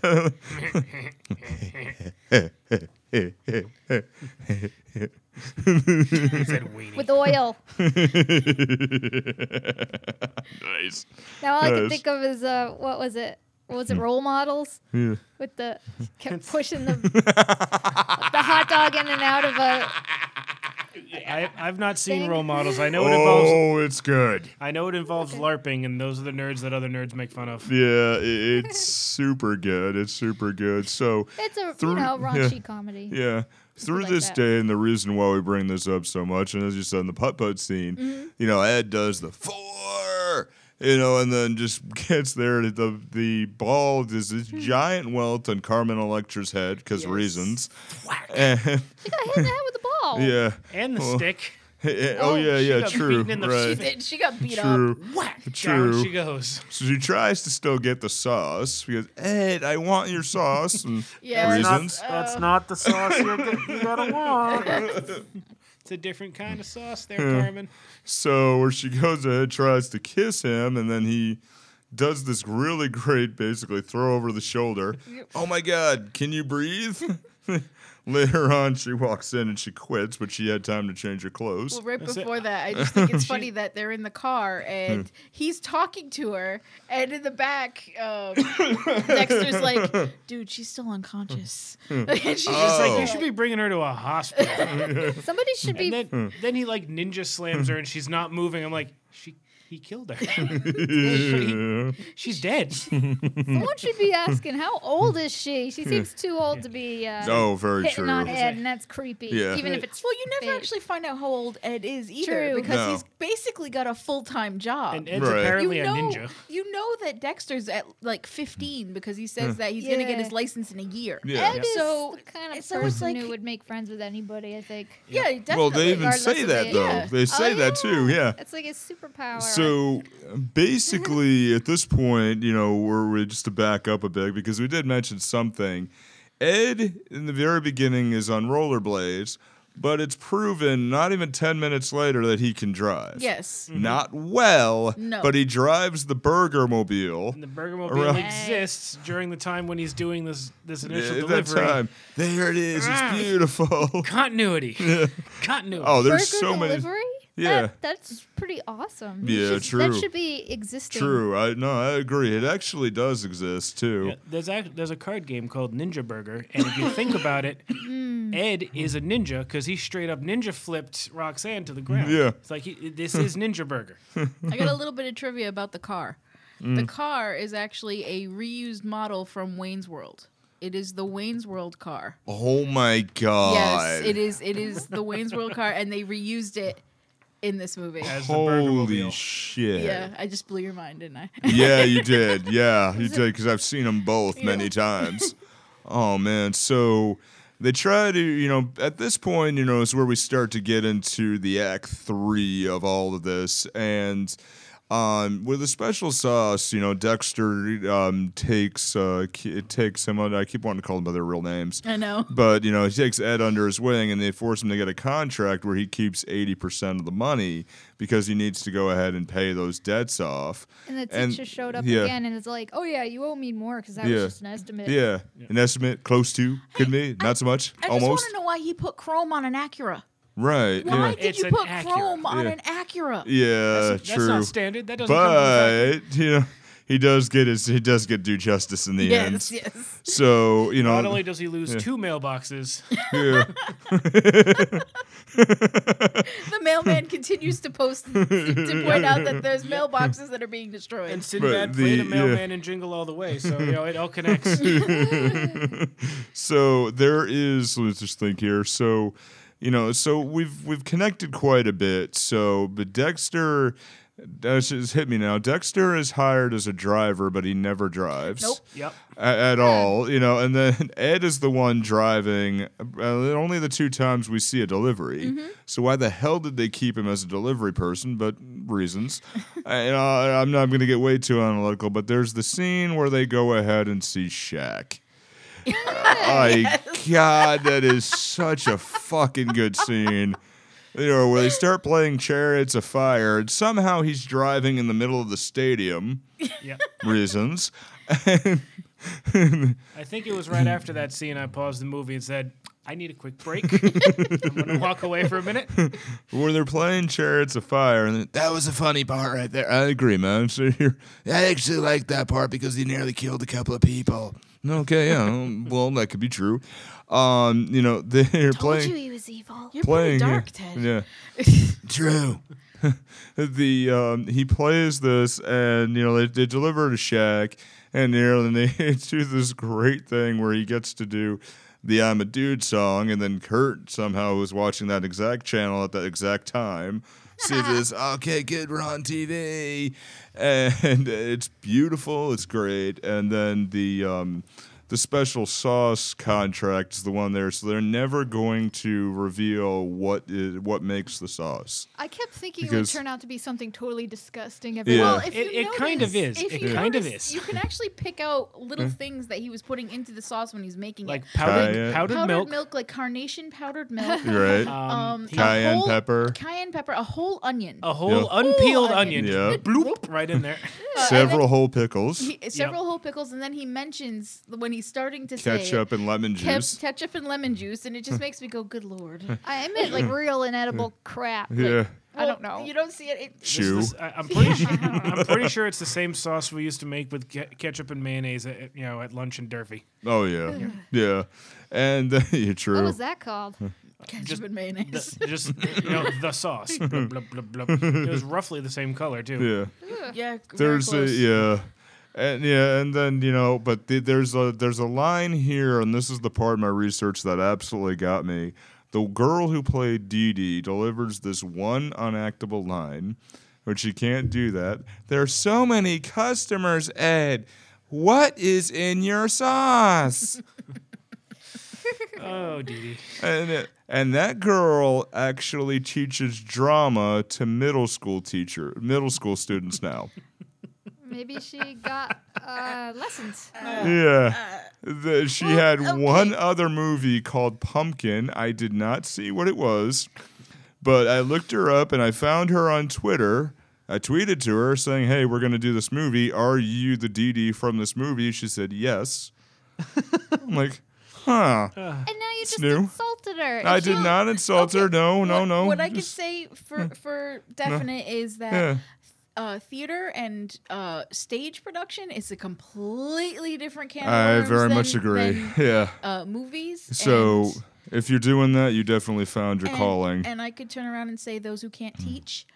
to. He said weenie. With oil. nice. Now all I Yes. can think of is uh, what was it? What was it? Role models Yeah. with the kept pushing the the hot dog in and out of a. I, I've not seen Thing. role models. I know it involves. Oh, it's good. I know it involves LARPing, and those are the nerds that other nerds make fun of. Yeah, i- it's super good. It's super good. So, It's a Through- you know yeah. raunchy comedy. yeah, through like this that. day, and the reason why we bring this up so much, and as you said in the putt putt scene, Mm-hmm. you know, Ed does the four, you know, and then just gets there. and The the ball is this Hmm. giant welt on Carmen Electra's head because Yes. reasons. And, She got hit in the head with a ball. yeah. And the Oh. stick. Eh, Oh, Oh, yeah, she yeah, got true. beaten in the right. She, did, she got beat True. up. Whack. True. Down she goes. So she tries to still get the sauce because Ed, I want your sauce and Yeah. That's not- reasons. That's not the sauce you're you gotta want. it's a different kind of sauce there, Carmen. So where she goes ahead, tries to kiss him, and then he does this really great, basically throw over the shoulder. Oh my God, can you breathe? Later on, she walks in and she quits, but she had time to change her clothes. Well, right That's it. before that, I just think it's funny that they're in the car and Hmm. he's talking to her, and in the back, um, Dexter's like, "Dude, she's still unconscious." Hmm. and she's It's just like Oh. you should be bringing her to a hospital. Somebody should be. and then, Hmm. then he like ninja slams her and she's not moving. I'm like, she he killed her. She's dead. someone should be asking how old is she? She seems too old to be. Uh, oh, very hitting true. on Ed, and that's creepy. Yeah. Even if it's well, you never fake. actually find out how old Ed is either True. because No. he's basically got a full time job. And Ed's Right. apparently you a know, ninja. you know that Dexter's at like 15 because he says that he's gonna get Yeah. his license in a year. Hmm. Yeah. Ed is So, the kind of so person it's like- who would make friends with anybody. I think. Yeah, definitely. Well, they even Regardless say of that the- though. Yeah. They say Oh, that too. Yeah. That's like his superpower. So basically, at this point, you know, we're, we're just to back up a bit because we did mention something. Ed, in the very beginning, is on rollerblades, but it's proven not even 10 minutes later that he can drive. yes. Mm-hmm. Not well, No. but he drives the burger mobile. And the Bergamot Around- exists during the time when he's doing this this initial At that delivery. time, there it is. It's beautiful. Continuity. Continuity. Oh, Burger there's so delivery? many. Yeah. That, that's pretty awesome. Yeah, That should- true. That should be existing. True. I no, I agree. It actually does exist too. Yeah, there's a, there's a card game called Ninja Burger, and if you think about it, Ed is a ninja because he straight up ninja flipped Roxanne to the ground. Yeah. it's like he, this is Ninja Burger. I got a little bit of trivia about the car. Mm. The car is actually a reused model from Wayne's World. It is the Wayne's World car. Oh my god. Yes, it is. It is the Wayne's World car, and they reused it in this movie. As the Holy Burgermobile. shit. Yeah, I just blew your mind, didn't I? Yeah, you did. Yeah, you did because I've seen them both many times. Oh man, so they try to, you know, at this point, you know, is where we start to get into the act three of all of this, and um, with a special sauce, you know, Dexter um, takes uh, ki- takes him. under- I keep wanting to call them by their real names. I know. But you know, he takes Ed under his wing, and they force him to get a contract where he keeps eighty percent of the money because he needs to go ahead and pay those debts off. And the teacher showed up yeah, again and is like, "Oh yeah, you owe me more because that Yeah. was just an estimate." Yeah, an estimate close to could be not so much, I just almost want to know why he put chrome on an Acura. right. Why Yeah, did It's you an put Acura. chrome on Yeah. an Acura? yeah, that's, Uh, true. that's not standard. That doesn't. come from the but you know, he does get his he does get due justice in the Yes, end. yes. So you know, Not only does he lose two mailboxes, yeah. The mailman continues to post to point out that there's mailboxes that are being destroyed. and Sinbad But played the- a mailman in Jingle All the Way, so you know it all connects. So there is. Let's just think here. So, you know, so we've we've connected quite a bit. So, but Dexter, that's just hit me now. Dexter is hired as a driver, but he never drives. Nope. yep. a- At all, you know, and then Ed is the one driving. Uh, only the two times we see a delivery. So why the hell did they keep him as a delivery person? But reasons. I, you know, I'm not going to get way too analytical. But there's the scene where they go ahead and see Shaq. My God, that is such a fucking good scene. You know, where they start playing Chariots of Fire, and somehow he's driving in the middle of the stadium. Yep. Reasons. I think it was right after that scene I paused the movie and said, "I need a quick break. I'm gonna walk away for a minute." Where they're playing Chariots of Fire, and That was a funny part right there. I agree, man. So you're, I actually liked that part because he nearly killed a couple of people. okay, yeah. um, Well, that could be true. Um, you know, they're Told playing. you he was evil. You're playing pretty yeah, dark, Ted. Yeah. True. the um, he plays this, and you know they, they deliver to Shaq, and you know, and they do this great thing where he gets to do the "I'm a Dude" song, and then Kurt somehow was watching that exact channel at that exact time. See this? Okay, good. We're on TV. and it's beautiful. It's great. And then the um, the special sauce contract is the one there, so they're never going to reveal what is, what makes the sauce. I kept thinking Because- it would turn out to be something totally disgusting. Yeah. Well, Everyone. if It- you it kind of notice- is. if It you kind of notice, is. You can actually pick out little Mm. things that he was putting into the sauce when he's making Like it. powdered, Cayenne. powdered, Powdered milk. milk, like carnation powdered milk, Right? Um, um, he- Oh, a Cayenne whole- pepper. cayenne pepper, a whole onion, a whole Yeah. unpeeled Ooh, onion, yeah, bloop, right in there. Uh, and several whole pickles. then he- several whole pickles, and then he mentions when he he's starting to say Ketchup and lemon Ke- juice. ketchup and lemon juice, and it just makes me go, "Good lord!" I meant like real inedible crap. like, yeah. I don't Well, know. You don't see it. it This Shoe. is the s- I, am pretty sure, I'm pretty sure it's the same sauce we used to make with ke- ketchup and mayonnaise at, at, you know at lunch and Derby. Oh yeah. yeah. And yeah, true. what was that called? ketchup Just and mayonnaise. Just you know the sauce. Blub, blub, blub, blub. It was roughly the same color too. Yeah. yeah, very There's a, close. yeah. And yeah, and then you know, but the, there's a there's a line here, and this is the part of my research that absolutely got me. The girl who played Dee Dee delivers this one unactable line, which you can't do that. There are so many customers, Ed. What is in your sauce? Oh, Dee Dee. and, it- and that girl actually teaches drama to middle school teacher, middle school students now. Maybe she got uh, lessons. Uh, yeah. The- she had one other movie called Pumpkin. I did not see what it was, but I looked her up and I found her on Twitter. I tweeted to her saying, Hey, we're going to do this movie. Are you the DD from this movie? She said, Yes. I'm like, Huh. Uh, And now you just new. insulted her. and I she- did not insult her. No, no, what, no. What I can Just- say for for definite is that. Yeah. Uh, theater and uh, stage production is a completely different can. of I worms very than- much agree. than, yeah. uh, movies. So and- if you're doing that, you definitely found your and- calling. Hmm. And I could turn around and say those who can't teach.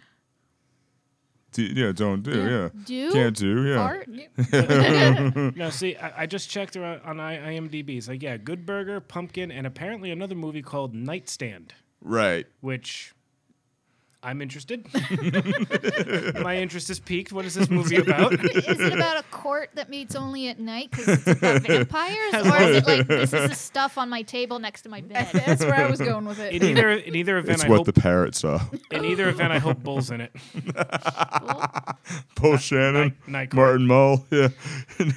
Do- yeah, don't do. Yeah. Do Can't do. Yeah. Art? No, see, I, I just checked her out on I- IMDb. It's like yeah, Good Burger, Pumpkin, and apparently another movie called Nightstand, Right. which. I'm interested. My interest is piqued. What is this movie about? Is it about a court that meets only at night because it's about vampires, or is it like this is the stuff on my table next to my bed? That's where I was going with it. In either in either event, It's I what hope the parrot saw. in either event I hope Bull's in it. Paul Shannon, Night- Night Court. Martin Mull. Yeah.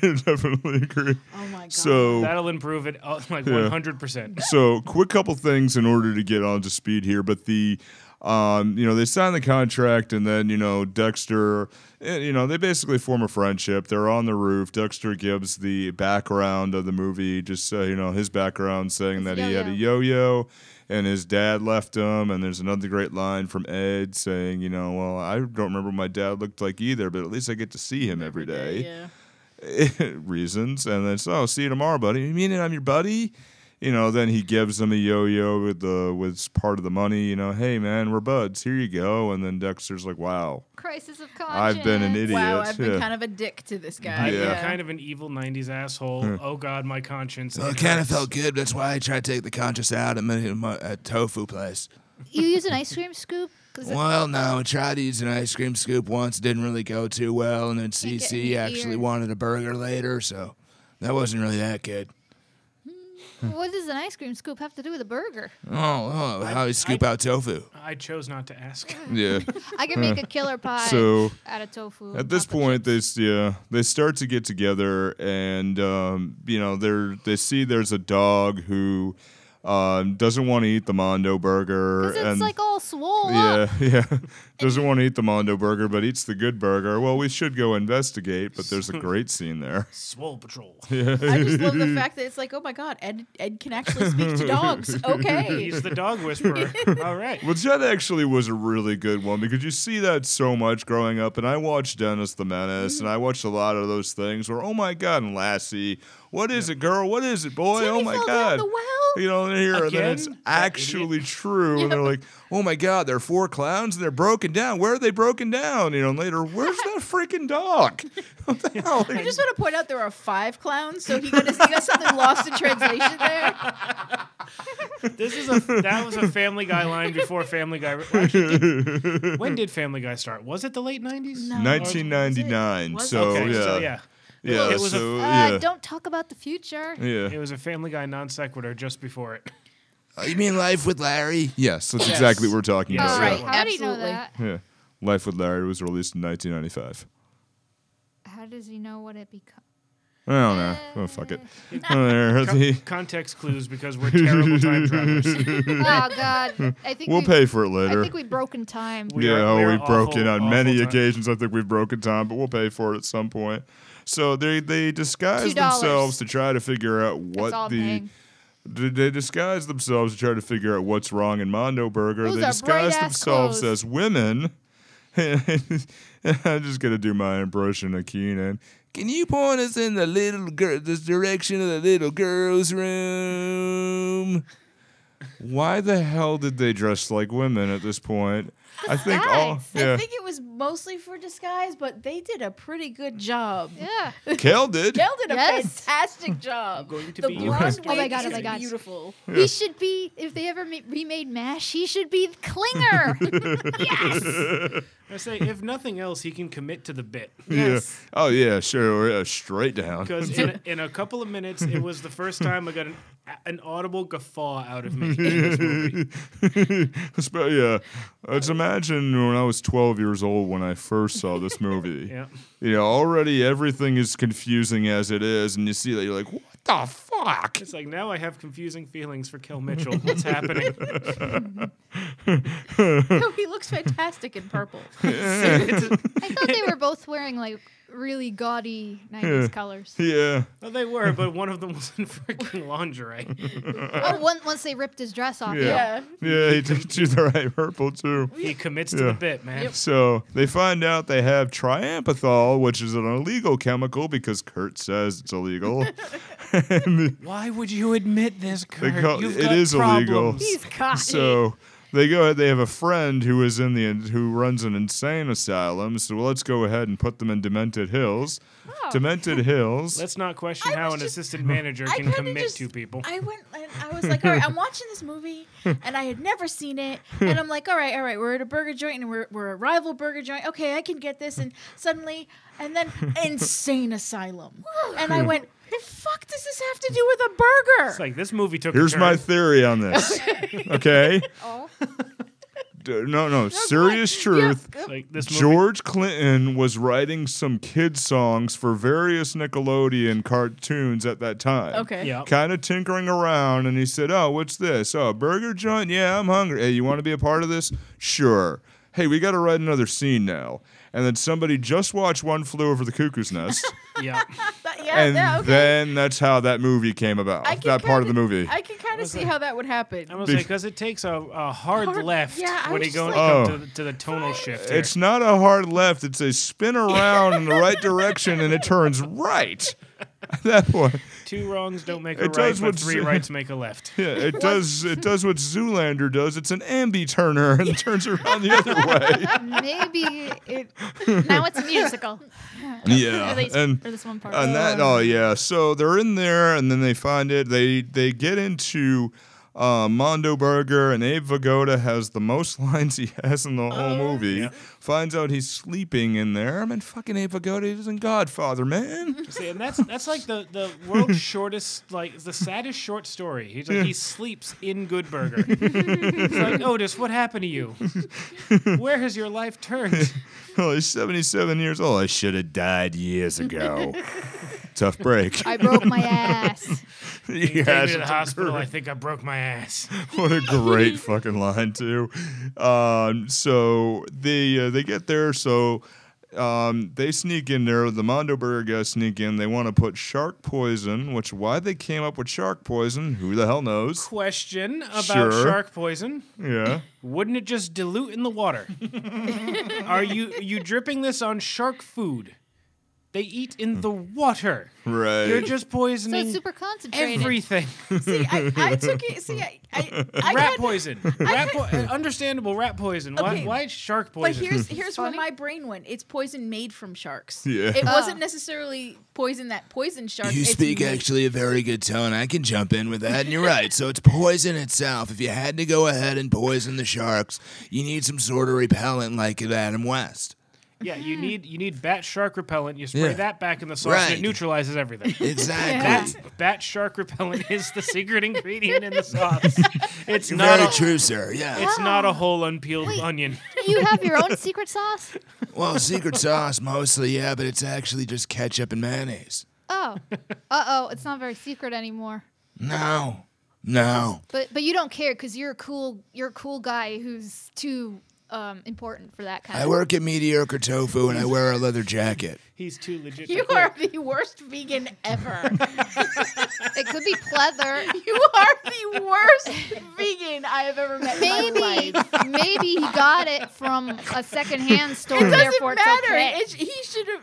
definitely agree. Oh my god. So. That'll improve it uh, like one hundred percent. so quick couple things in order to get on to speed here but the um, you know they sign the contract and then you know dexter eh, you know they basically form a friendship they're on the roof dexter gives the background of the movie just uh, you know his background saying that he had a yo-yo and his dad left him and there's another great line from ed saying you know well i don't remember what my dad looked like either but at least i get to see him every day Yeah. reasons, and then so oh, see you tomorrow, buddy. You mean I'm your buddy? You know, then he gives him a yo-yo with the with part of the money. You know, hey man, we're buds. Here you go. And then Dexter's like, wow, Crisis of conscience. I've been an idiot. Wow, I've been Yeah. kind of a dick to this guy. I've Yeah. been kind of an evil '90s asshole. Oh God, my conscience. Oh, Well, it kind of felt good. That's why I tried to take the conscious out. I'm in a, mo- a tofu place. You use an ice cream scoop. 'Cause it- Well, no, I tried to use an ice cream scoop once. Didn't really go too well. And then Can't get CC any actually ear. wanted a burger later, so that wasn't really that good. what does an ice cream scoop have to do with a burger? Oh, oh how you scoop out tofu? I chose not to ask. yeah. I can make a killer pie Uh, So, out of tofu. At this point, they s- yeah they start to get together, and um, you know they're they see there's a dog who um, doesn't want to eat the Mondo burger, it's and like all swole up. Yeah, yeah. Doesn't want to eat the Mondo burger, but eats the good burger. Well, we should go investigate, but there's a great scene there. Swole Patrol. I just love the fact that it's like, oh my god, Ed Ed can actually speak to dogs. Okay. He's the dog whisperer. All right. Which that actually was a really good one because you see that so much growing up. And I watched Dennis the Menace and I watched a lot of those things where, oh my God, and Lassie, what is it, girl? What is it, boy? Timmy oh my fell God. down the well. You know, and here, and then Again? it's That idiot. actually true. And they're like, oh my God, they're four clowns and they're broken down. Where are they broken down? You know, and later, where's that freaking dog? What the hell? Oh, I just want to point out there are five clowns, so he got, he got something lost in translation there. This is a that was a Family Guy line before Family Guy. well, actually, did- when did Family Guy start? Was it the late '90s? No. 1999. Was it? So, Okay, Oh, yeah. so yeah, Yeah, It was a- so, Uh, oh, yeah. Don't talk about the future. yeah. it was a Family Guy non sequitur just before it. Oh, you mean life with Larry? Yes, that's exactly what we're talking Yes. about. All yeah. right, how do you know Absolutely. that? Yeah. Life with Larry was released in 1995. How does he know what it becomes? I don't know. Oh, fuck it. Eh. Oh, there are Co- the- context clues because we're terrible time travelers. oh God, I think We'll we've- pay for it I later. think we've broken time. We yeah, are- oh, we are we've broken awful, on many awful time- occasions. I think we've broken time, but we'll pay for it at some point. So they they disguise $2. themselves to try to figure out That's all what I'm the paying. they they disguise themselves to try to figure out what's wrong in Mondo Burger. Those they are disguise bright-ass themselves clothes. as women. I'm just gonna do my impression of Keenan. Can you point us in the little girl, this direction of the little girl's room? Why the hell did they dress like women at this point? I think all Guys, I yeah, think it was mostly for disguise, but they did a pretty good job. Yeah. Kel did. Dell did a Yes. fantastic job. going to the be your blonde husband. Oh my wig God, oh is my God. beautiful. He should be, if they ever ma- remade MASH, he should be Klinger. I say, if nothing else, he can commit to the bit. Yes. Oh yeah, sure. Yeah, straight down. Because in, a- in a couple of minutes, it was the first time I got an, an audible guffaw out of me. in this movie. It's about- yeah, let's imagine when I was 12 years old when I first saw this movie. Yeah. You know, already everything is confusing as it is, and you see that you're like, what the fuck? It's like now I have confusing feelings for Kel Mitchell. What's happening? No, he looks fantastic in purple. I thought they were both wearing like really gaudy 90s colors. Yeah. Well, they were, but one of them was in freaking lingerie. Oh, one, once they ripped his dress off. yeah. Yeah, he did do the right purple too. He commits to Yeah. the bit, man. So they find out they have triamphethol, which is an illegal chemical because Kurt says it's illegal. Why would you admit this, Kurt? call- You've it got is illegal. problems. He's cocky. So they go ahead. They have a friend who is in the who runs an insane asylum. So let's go ahead and put them in Demented Hills. Oh. Demented Hills. Let's not question I how was an just- assistant manager I can kinda commit just- to people. I went and I was like, all right, I'm watching this movie and I had never seen it. And I'm like, all right, all right, we're at a burger joint and we're, we're a rival burger joint. Okay, I can get this. And suddenly, and then insane asylum. And I went, the fuck does this have to do with a burger? It's like this movie took. Here's a turn. my theory on this. Okay. Oh. D- No, no, serious truth. It's like this movie. George Clinton was writing some kid songs for various Nickelodeon cartoons at that time. okay. Yeah. Kind of tinkering around, and he said, "Oh, what's this? Oh, a burger joint? Yeah, I'm hungry. Hey, you want to be a part of this? Sure. Hey, we got to write another scene now." And then somebody just watched One Flew Over the Cuckoo's Nest, Yeah. But yeah, and yeah, okay. then that's how that movie came about. I can That part of the kinda- movie. I can kind of see how that would happen. I'm gonna say because it takes a, a hard, Hard- left yeah, I when was you just go like- Oh. to, the, to the tonal shift. Here. It's not a hard left. It's a spin around in the right direction and it turns right. That one. Two wrongs don't make It a right, does but what's- three rights make a left. Yeah, it does it does what Zoolander does. It's an ambi turner and turns around the other way. Maybe it. Now it's a musical. Yeah. At least And for this one part. and that oh yeah. So they're in there and then they find it. They they get into uh, Mondo Burger and Abe Vigoda has the most lines he has in the whole movie. Finds out he's sleeping in there. I mean, fucking Abe Vigoda is in Godfather, man. See, and that's that's like the, the world's shortest, like the saddest short story. He's like he sleeps in Good Burger. it's like Otis, what happened to you? Where has your life turned? Well, he's 77 years old. I should have died years ago. Tough break. I broke my ass. Yes, Take me to the it's a hospital. I great- think I broke my ass. what a great fucking line, too. Um, so they, uh, they get there. So um, they sneak in there. The Mondo Burger guys sneak in. They want to put shark poison, which why they came up with shark poison, who the hell knows? Question about Sure. shark poison. Yeah. Wouldn't it just dilute in the water? Are you you dripping this on shark food? They eat in the water. Right. You're just So poisoning it's super concentrated. everything. see, I, I took it. See, I, I, I rat kinda- poison. Rat po- uh, understandable rat poison. Okay. Why, why shark But poison? here's here's where Funny. Uh. my brain went. It's poison made from sharks. Yeah. It wasn't necessarily poison that poisoned sharks. You it's speak made- actually a very good tone. I can jump in with that, and you're right. So it's poison itself. If you had to go ahead and poison the sharks, you need some sort of repellent like at Adam West. yeah, you need you need bat shark repellent. You spray Yeah. that back in the sauce and Right. it neutralizes everything. Exactly. bat shark repellent is the secret ingredient in the sauce. It's not Very a, true, sir. Yeah. it's not a whole unpeeled onion. You have your own secret sauce? well, secret sauce mostly, yeah, but it's actually just ketchup and mayonnaise. Oh. Uh oh, it's not very secret anymore. No. No. But but you don't care because you're a cool you're a cool guy who's too um, important for that kind I of. work at mediocre tofu and I wear a leather jacket. He's too legit. to You quit. are the worst vegan ever. It could be pleather. you are the worst vegan I have ever met. in my Maybe, life. maybe he got it from a secondhand store. it doesn't therefore, matter. It's okay. It's- he should have.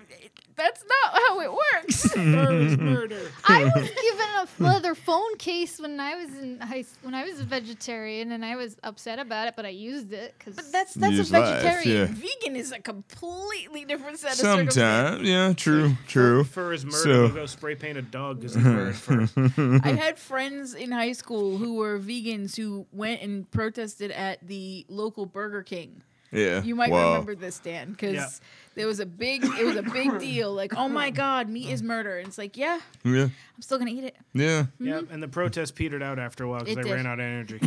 That's not how it works. I was given a leather phone case when I was in high, s- when I was a vegetarian, and I was upset about it, but I used it because. But that's that's Use a life, vegetarian. yeah. Vegan is a completely different set of circumstances. Sometimes, yeah, true, true. Fur is murder. So- We'll go spray paint a dog because fur is fur. Mm-hmm. I had friends in high school who were vegans who went and protested at the local Burger King. Yeah, You might wow. remember this, Dan, because Yeah. there was a big it was a big deal. Like, oh my God, meat is murder. And it's like, yeah, Yeah, I'm still gonna eat it. yeah. Yeah, and the protest petered out after a while because It they did. ran out of energy.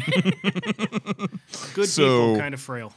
Good So- people, kind of frail.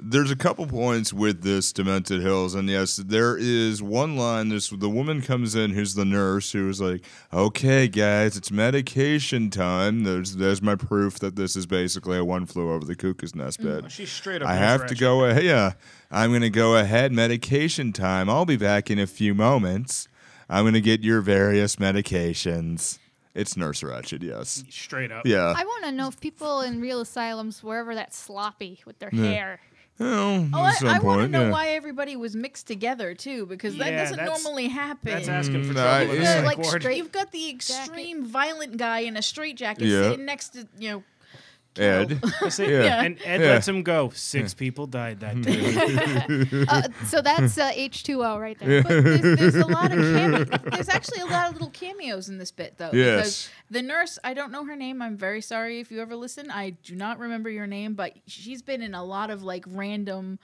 There's a couple points with this Demented Hills, and yes, there is one line. This the woman comes in, who's the nurse, who was like, "Okay, guys, it's medication time." There's there's my proof that this is basically a one flew over the cuckoo's nest Mm, bed. She's straight up. I have to go ahead. Yeah, I'm going to go ahead. Medication time. I'll be back in a few moments. I'm going to get your various medications. It's Nurse Ratched, yes. Straight up. Yeah. I want to know if people in real asylums were ever that sloppy with their hair. Well, Oh, at I, some I want to point, know yeah. why everybody was mixed together too, because that Yeah, doesn't that's- normally happen. That's asking for Mm, I- trouble. in the yeah. You're, psych like ward. straight, you've got the extreme violent guy in a straitjacket Yeah. sitting next to you know. Ed. I say- Yeah. And Ed Yeah. lets him go. Six people died that day. Uh, so that's uh, H2O right there. But there's, there's a lot of came- there's actually a lot of little cameos in this bit though. Yes. Because the nurse, I don't know her name. I'm very sorry if you ever listen. I do not remember your name, but she's been in a lot of like random,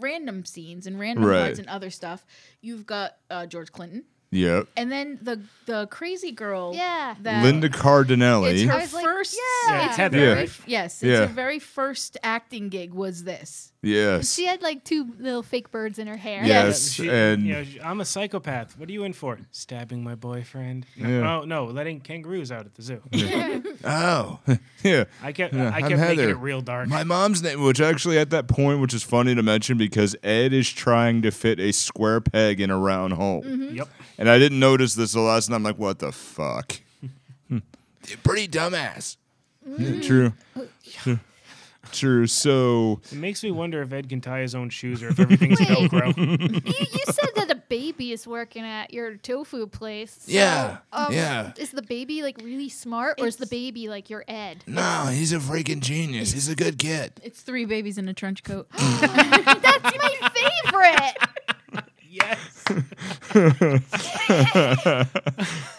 random scenes and random Right. ones and other stuff. You've got uh, George Clinton, Yep. and then the the crazy girl. Yeah. That Linda It's Cardinelli. her I was like, first. yeah. Yeah, it's her Heather, very- right? Yes, it's Yeah. her very first acting gig was this. yes. She had like two little fake birds in her hair. Yeah. Yes, She- and- you know, she- I'm a psychopath. What are you in for? Stabbing my boyfriend? No, Yeah. oh, no, letting kangaroos out at the zoo. Oh, Yeah. I kept, I I'm kept making Heather. it real dark. My Mom's name, which actually at that point, which is funny to mention because Ed is trying to fit a square peg in a round hole. Mm-hmm. yep. And I didn't notice this the last time. I'm like, what the fuck? pretty dumbass. Mm-hmm. True. Oh, True. So It makes me wonder if Ed can tie his own shoes or if everything's Wait. Velcro. You, you said that a baby is working at your tofu place. so, Yeah, um, yeah. Is the baby like really smart or is the baby like your Ed? No, he's a freaking genius. He's a good kid. It's three babies in a trench coat. That's my favorite. yes.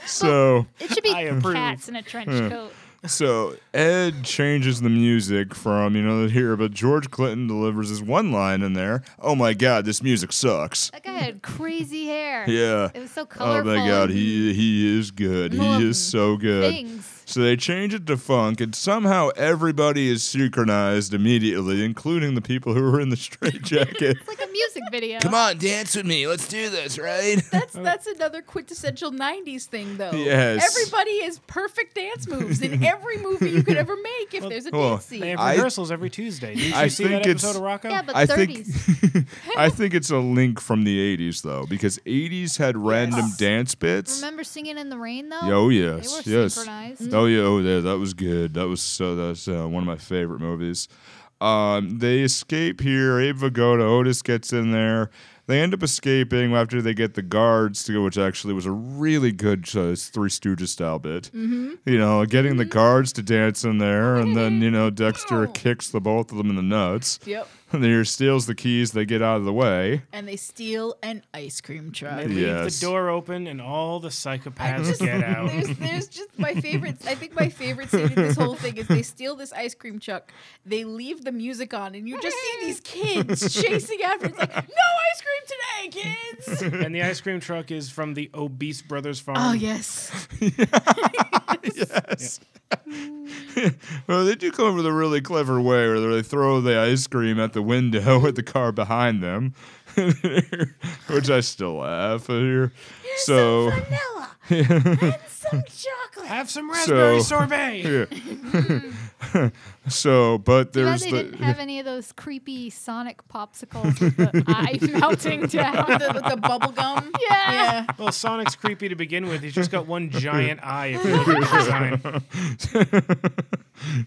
so It should be I approve. Hmm. cats in a trench coat. so Ed changes the music from you know here, but George Clinton delivers this one line in there. Oh my god, this music sucks. That guy had crazy hair. Yeah. It was so Oh colorful. my god, and he he is good. He is so good. things. So they change it to funk, and somehow everybody is synchronized immediately, including the people who were in the straitjacket. It's like a music video. Come on, dance with me. Let's do this, right? That's that's another quintessential '90s thing, though. Yes. Everybody has perfect dance moves in every movie you could ever make. If there's a well, dance They scene, have I- rehearsals every Tuesday. Did you I see that think it's- episode of Rocco? Yeah, but I 30s. think I think it's a link from the '80s though, because '80s had random dance bits. Remember singing in the rain though? Oh yes, They were yes. synchronized. Oh yeah, oh yeah, that was good. That was so that's uh, one of my favorite movies. Um, they escape here. Abe Vigoda, Otis gets in there. They end up escaping after they get the guards to go, which actually was a really good uh, Three Stooges style bit. Mm-hmm. You know, getting the guards to dance in there, and then you know Dexter kicks the both of them in the nuts. yep. And then he steals the keys. They get out of the way. And they steal an ice cream truck. They leave Yes. the door open and all the I psychopaths just- get out. There's, there's just my favorite. I think my favorite scene in this whole thing is they steal this ice cream truck. They leave the music on, and you just see these kids chasing after. It's like, no ice cream today, kids. And the ice cream truck is from the Obese Brothers Farm. Oh yes, yes. well, they do come up with a really clever way where they throw the ice cream at the window at the car behind them, which I still laugh at here. so vanilla and some chocolate. Have some raspberry So- sorbet. So, but Too bad there's they the didn't have any of those creepy sonic popsicles with the eye melting down. the, with the bubble gum. Yeah. Yeah. Well, Sonic's creepy to begin with. He's just got one giant eye. If you look at his design,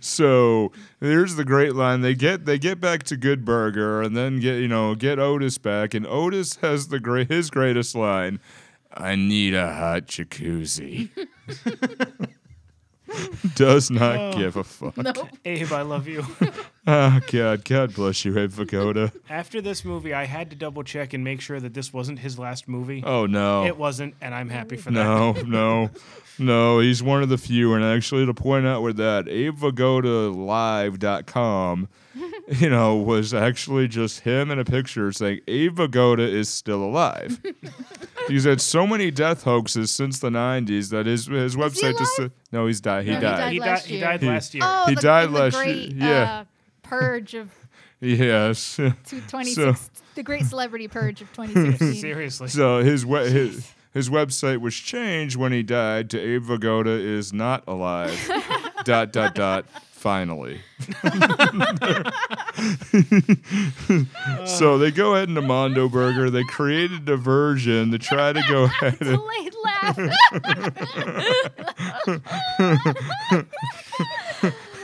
So here's the great line. They get they get back to Good Burger and then get you know get Otis back, and Otis has the great his greatest line. I need a hot jacuzzi. Does not give a fuck. Nope. Abe, I love you. Oh God, God bless you, Abe Vigoda. After this movie, I had to double check and make sure that this wasn't his last movie. Oh no. It wasn't, and I'm happy for that. No, no, no. He's one of the few. And actually, to point out with that, avagotalive.com, you know, was actually just him in a picture saying Avagoda is still alive. he's had so many death hoaxes since the 90s that his, his website just. alive? no, he's died. He he died. He, Last di- he year. died He- last year. Oh, He the, died in last the year. great, Yeah. Uh, purge of Yes. two- 26, the great celebrity purge of 2016. Seriously. So his we- his his website was changed when he died to Abe Vigoda is not alive. dot dot dot. Finally. so they go ahead into Mondo Burger. They created a version to try to go ahead and Delayed laugh.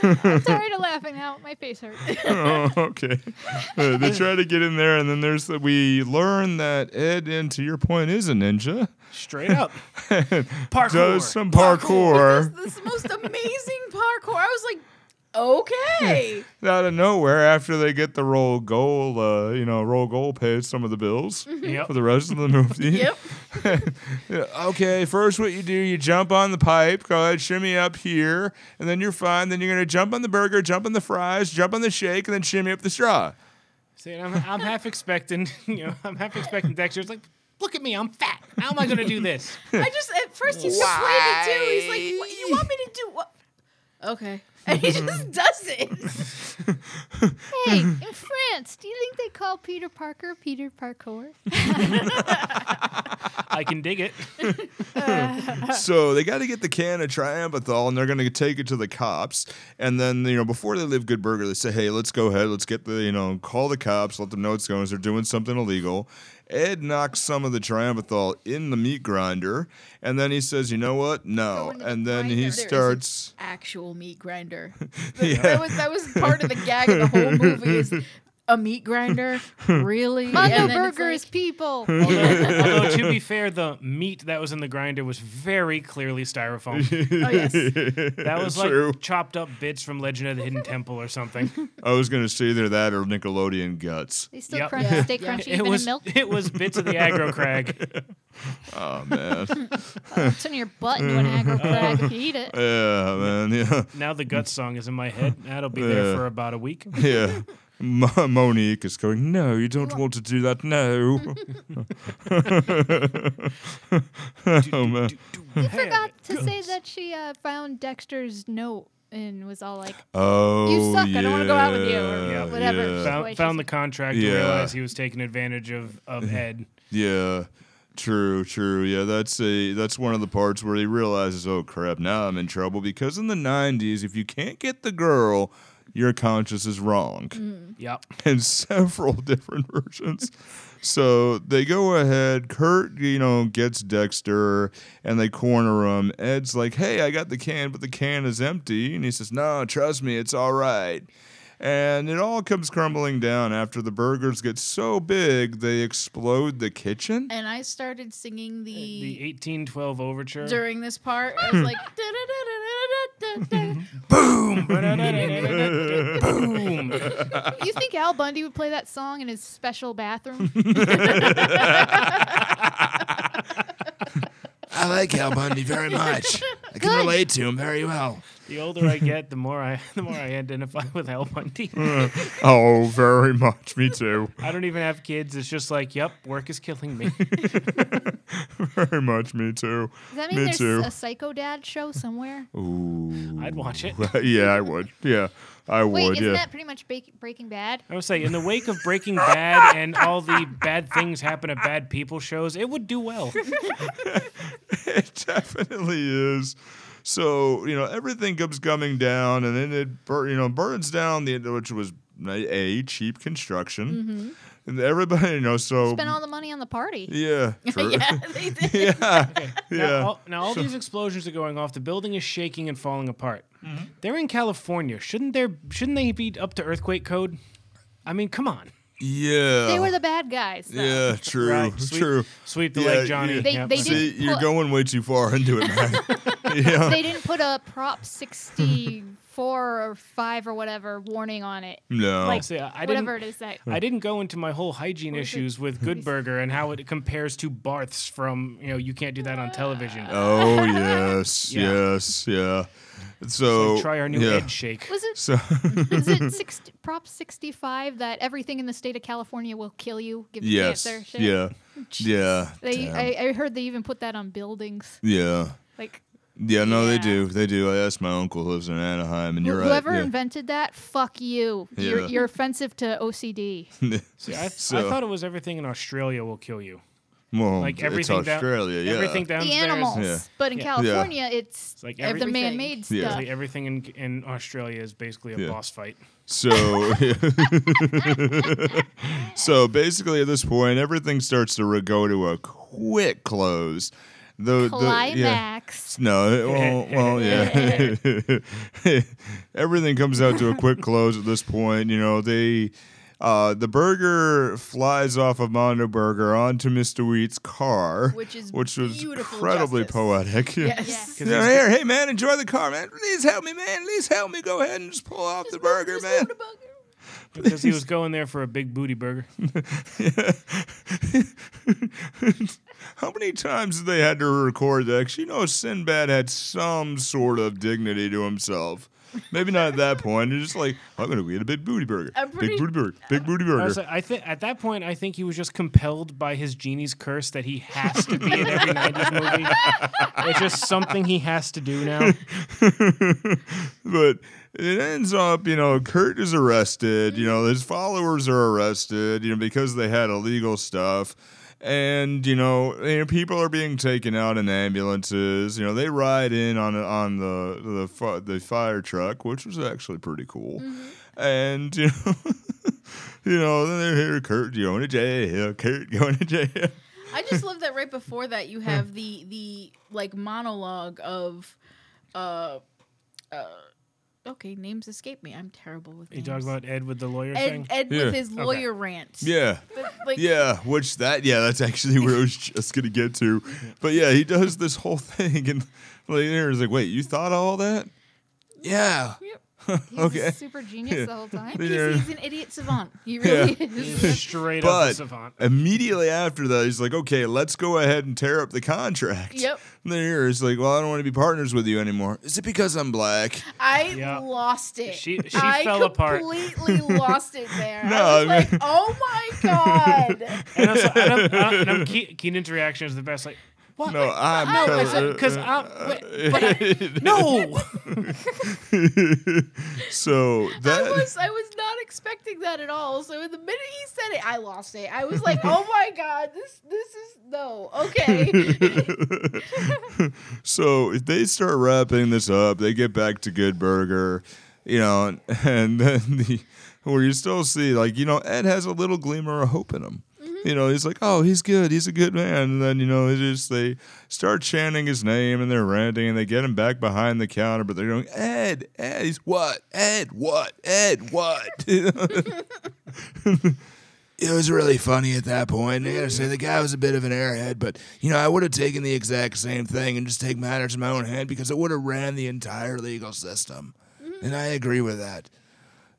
I'm sorry to laughing out. My face hurt. oh, okay. Uh, they try to get in there, and then there's the, we learn that Ed, and to your point, is a ninja. Straight up. Parkour. Does some parkour. This most amazing parkour. I was like, okay. out of nowhere after they get the roll goal, uh, you know, roll goal pays some of the bills Yep. for the rest of the movie. Yep. Yeah, okay, first what you do, you jump on the pipe, go ahead, shimmy up here, and then you're fine. Then you're gonna jump on the burger, jump on the fries, jump on the shake, and then shimmy up the straw. See, and I'm, I'm half expecting, you know, I'm half expecting Dexter's like, look at me, I'm fat. How am I going to do this? I just at first he's complaining too. He's like, what, you want me to do what? Okay. And he just does it. Hey, in France, do you think they call Peter Parker Peter Parkour? I can dig it. so they got to get the can of triamethol and they're going to take it to the cops and then you know before they leave good burger they say hey let's go ahead let's get the you know call the cops let them know it's going they're doing something illegal ed knocks some of the triamethol in the meat grinder and then he says you know what no Going to the and then grinder. he There is a- starts Actual meat grinder. yeah That was that was part of the gag of the whole movie is a meat grinder. Really? Mondo And then it's Burger is like- people. Although, although, to be fair, the meat that was in the grinder was very clearly styrofoam. oh yes. That was like True. chopped up bits from Legend of the Hidden Temple or something. i was going to say either that or nickelodeon guts They still Yep. crunch, Yeah. stay Yeah. crunchy, it even was in milk. it was bits of the aggro crag. oh man It's in your butt into an aggro crag if you eat it. yeah man yeah Now the guts song is in my head. That'll be there for about a week. yeah Mo- Monique is going, No, you don't want to do that. No. oh, man. You forgot to say that she uh, found Dexter's note and was all like, Oh, "You suck. I don't want to go out with you." Or yeah, whatever. Yeah, Wait, Found, found the contract Yeah. and realized he was taking advantage of of Ed. yeah, true, true. Yeah, that's a that's one of the parts where he realizes, oh crap, now I'm in trouble because in the '90s, if you can't get the girl, your conscience is wrong. Yep. in several different versions. So they go ahead. Kurt, you know, gets Dexter and they corner him. Ed's like, hey, I got the can, but the can is empty. And he says, no, trust me, it's all right. And it all comes crumbling down after the burgers get so big they explode the kitchen. And I started singing the, The 1812 overture. during this part. I was like, "Da-da-da-da-da-da-da-da." Boom. You think Al Bundy would play that song in his special bathroom? I like Al Bundy very much. I can Good. relate to him very well. The older I get, the more I the more I identify with Al Bundy. Oh, very much. Me too. I don't even have kids. It's just like, yep, work is killing me. Very much. Me too. Does that mean Me there's too. a Psycho Dad show somewhere? Ooh. I'd watch it. yeah, I would. Yeah, I Wait, would. isn't yeah. that pretty much ba- Breaking Bad? I would say, in the wake of Breaking Bad and all the bad things happen to bad people shows, it would do well. It definitely is. So you know everything comes coming down, and then it bur- you know burns down the which was a cheap construction. And everybody, you know, so Mm-hmm. Spent all the money on the party. yeah, true. yeah, they did. yeah, Now, yeah. all, now all these explosions are going off. The building is shaking and falling apart. Mm-hmm. They're in California. Shouldn't there? Shouldn't they be up to earthquake code? I mean, come on. yeah. They were the bad guys. though. yeah, true, Right, sweep- true. Sweep the Yeah, leg, Johnny. yeah. They- Yep. they did- See, didn't you're put- going way too far into it, man. yeah, They didn't put a Prop 64 or 5 or whatever warning on it. no, like- See, I, I didn't. Whatever it is that. I didn't go into my whole hygiene issues with Good Burger and how it compares to Barth's from you know you can't do that on television. Oh yes, Yeah. yes, yeah. So try our new yeah. head shake. Was it So is it 60, Prop 65 that everything in the state of California will kill you, give you yes, cancer? Shit? yeah, yeah, They, damn. I, I heard they even put that on buildings. yeah, Like yeah. No, they Yeah. do, they do. I asked my uncle who lives in Anaheim, and wh- you're whoever right. invented that, fuck you. You're, Yeah. you're offensive to OCD. yeah. See, I, I So- thought it was everything in Australia will kill you. Well, Like it's everything down- Australia, yeah. Everything down the animals. Yeah. But in Yeah. California, it's, like ev- the everything. man-made Yeah. stuff. Like everything in, in Australia is basically a Yeah. boss fight. So, so basically, at this point, everything starts to re- go to a quick close. The, the yeah. Climax. No, it- well, well, yeah. Everything comes out to a quick close at this point. You know, they, uh, the burger flies off of Mondo Burger onto Mr. Wheat's car, Which is which was beautiful incredibly justice. poetic. Yes. You know, here, hey man, enjoy the car, man. Please help me, man. Please help me. Go ahead and just pull off the burger, man. Because he was going there for a big booty burger. How many times did they had to record that? 'Cause you know, Sinbad had some sort of dignity to himself. Maybe not at that point. It's just like I'm gonna get a big booty burger, I'm big pretty- booty burger, big booty I, was burger. like, I think at that point, I think he was just compelled by his genie's curse that he has to be in every '90s movie. It's just something he has to do now. But it ends up, you know, Kurt is arrested. You know, his followers are arrested. You know, because they had illegal stuff. And you know, you know, people are being taken out in ambulances. You know, they ride in on on the the fi- the fire truck, which was actually pretty cool. And you know, you know, then they hear Kurt going to jail, Kurt going to jail. I just love that right before that you have the the like monologue of uh uh okay, names escape me. I'm terrible with He names. talks about Ed with the lawyer Ed, thing. Ed Yeah. with his lawyer rant. Yeah. But, like, Yeah, which that yeah, that's actually where I was just gonna get to. But yeah, he does this whole thing and later he's like, Wait, you thought of all that? Yeah. He was Okay. super genius the whole time. He's, he's an idiot savant. He really is. He's straight up a But savant. immediately after that, he's like, "Okay, let's go ahead and tear up the contract." Yep. And then here he's like, "Well, I don't want to be partners with you anymore." Is it because I'm black? I Yeah. lost it. She- she I fell apart. completely lost it there. No, I was I mean- like, oh my god. And, also, and I'm, and I'm Ke- Keenan's reaction is the best. Like, what? Oh, No, I'm uh, no, covered. because I'm. wait, but I- no. so that I was I was not expecting that at all. So the minute he said it, I lost it. I was like, "Oh my god, this this is no okay." so if they start wrapping this up, they get back to Good Burger, you know, and, and then the where you still see like you know Ed has a little glimmer of hope in him. You know, he's like, oh, he's good. He's a good man. And then, you know, it's just they start chanting his name and they're ranting and they get him back behind the counter, but they're going, Ed, Ed, he's what? Ed, what? Ed, what? It was really funny at that point. I gotta Mm-hmm. say, the guy was a bit of an airhead, but you know, I would have taken the exact same thing and just take matters in my own hand because it would have ran the entire legal system. Mm-hmm. And I agree with that.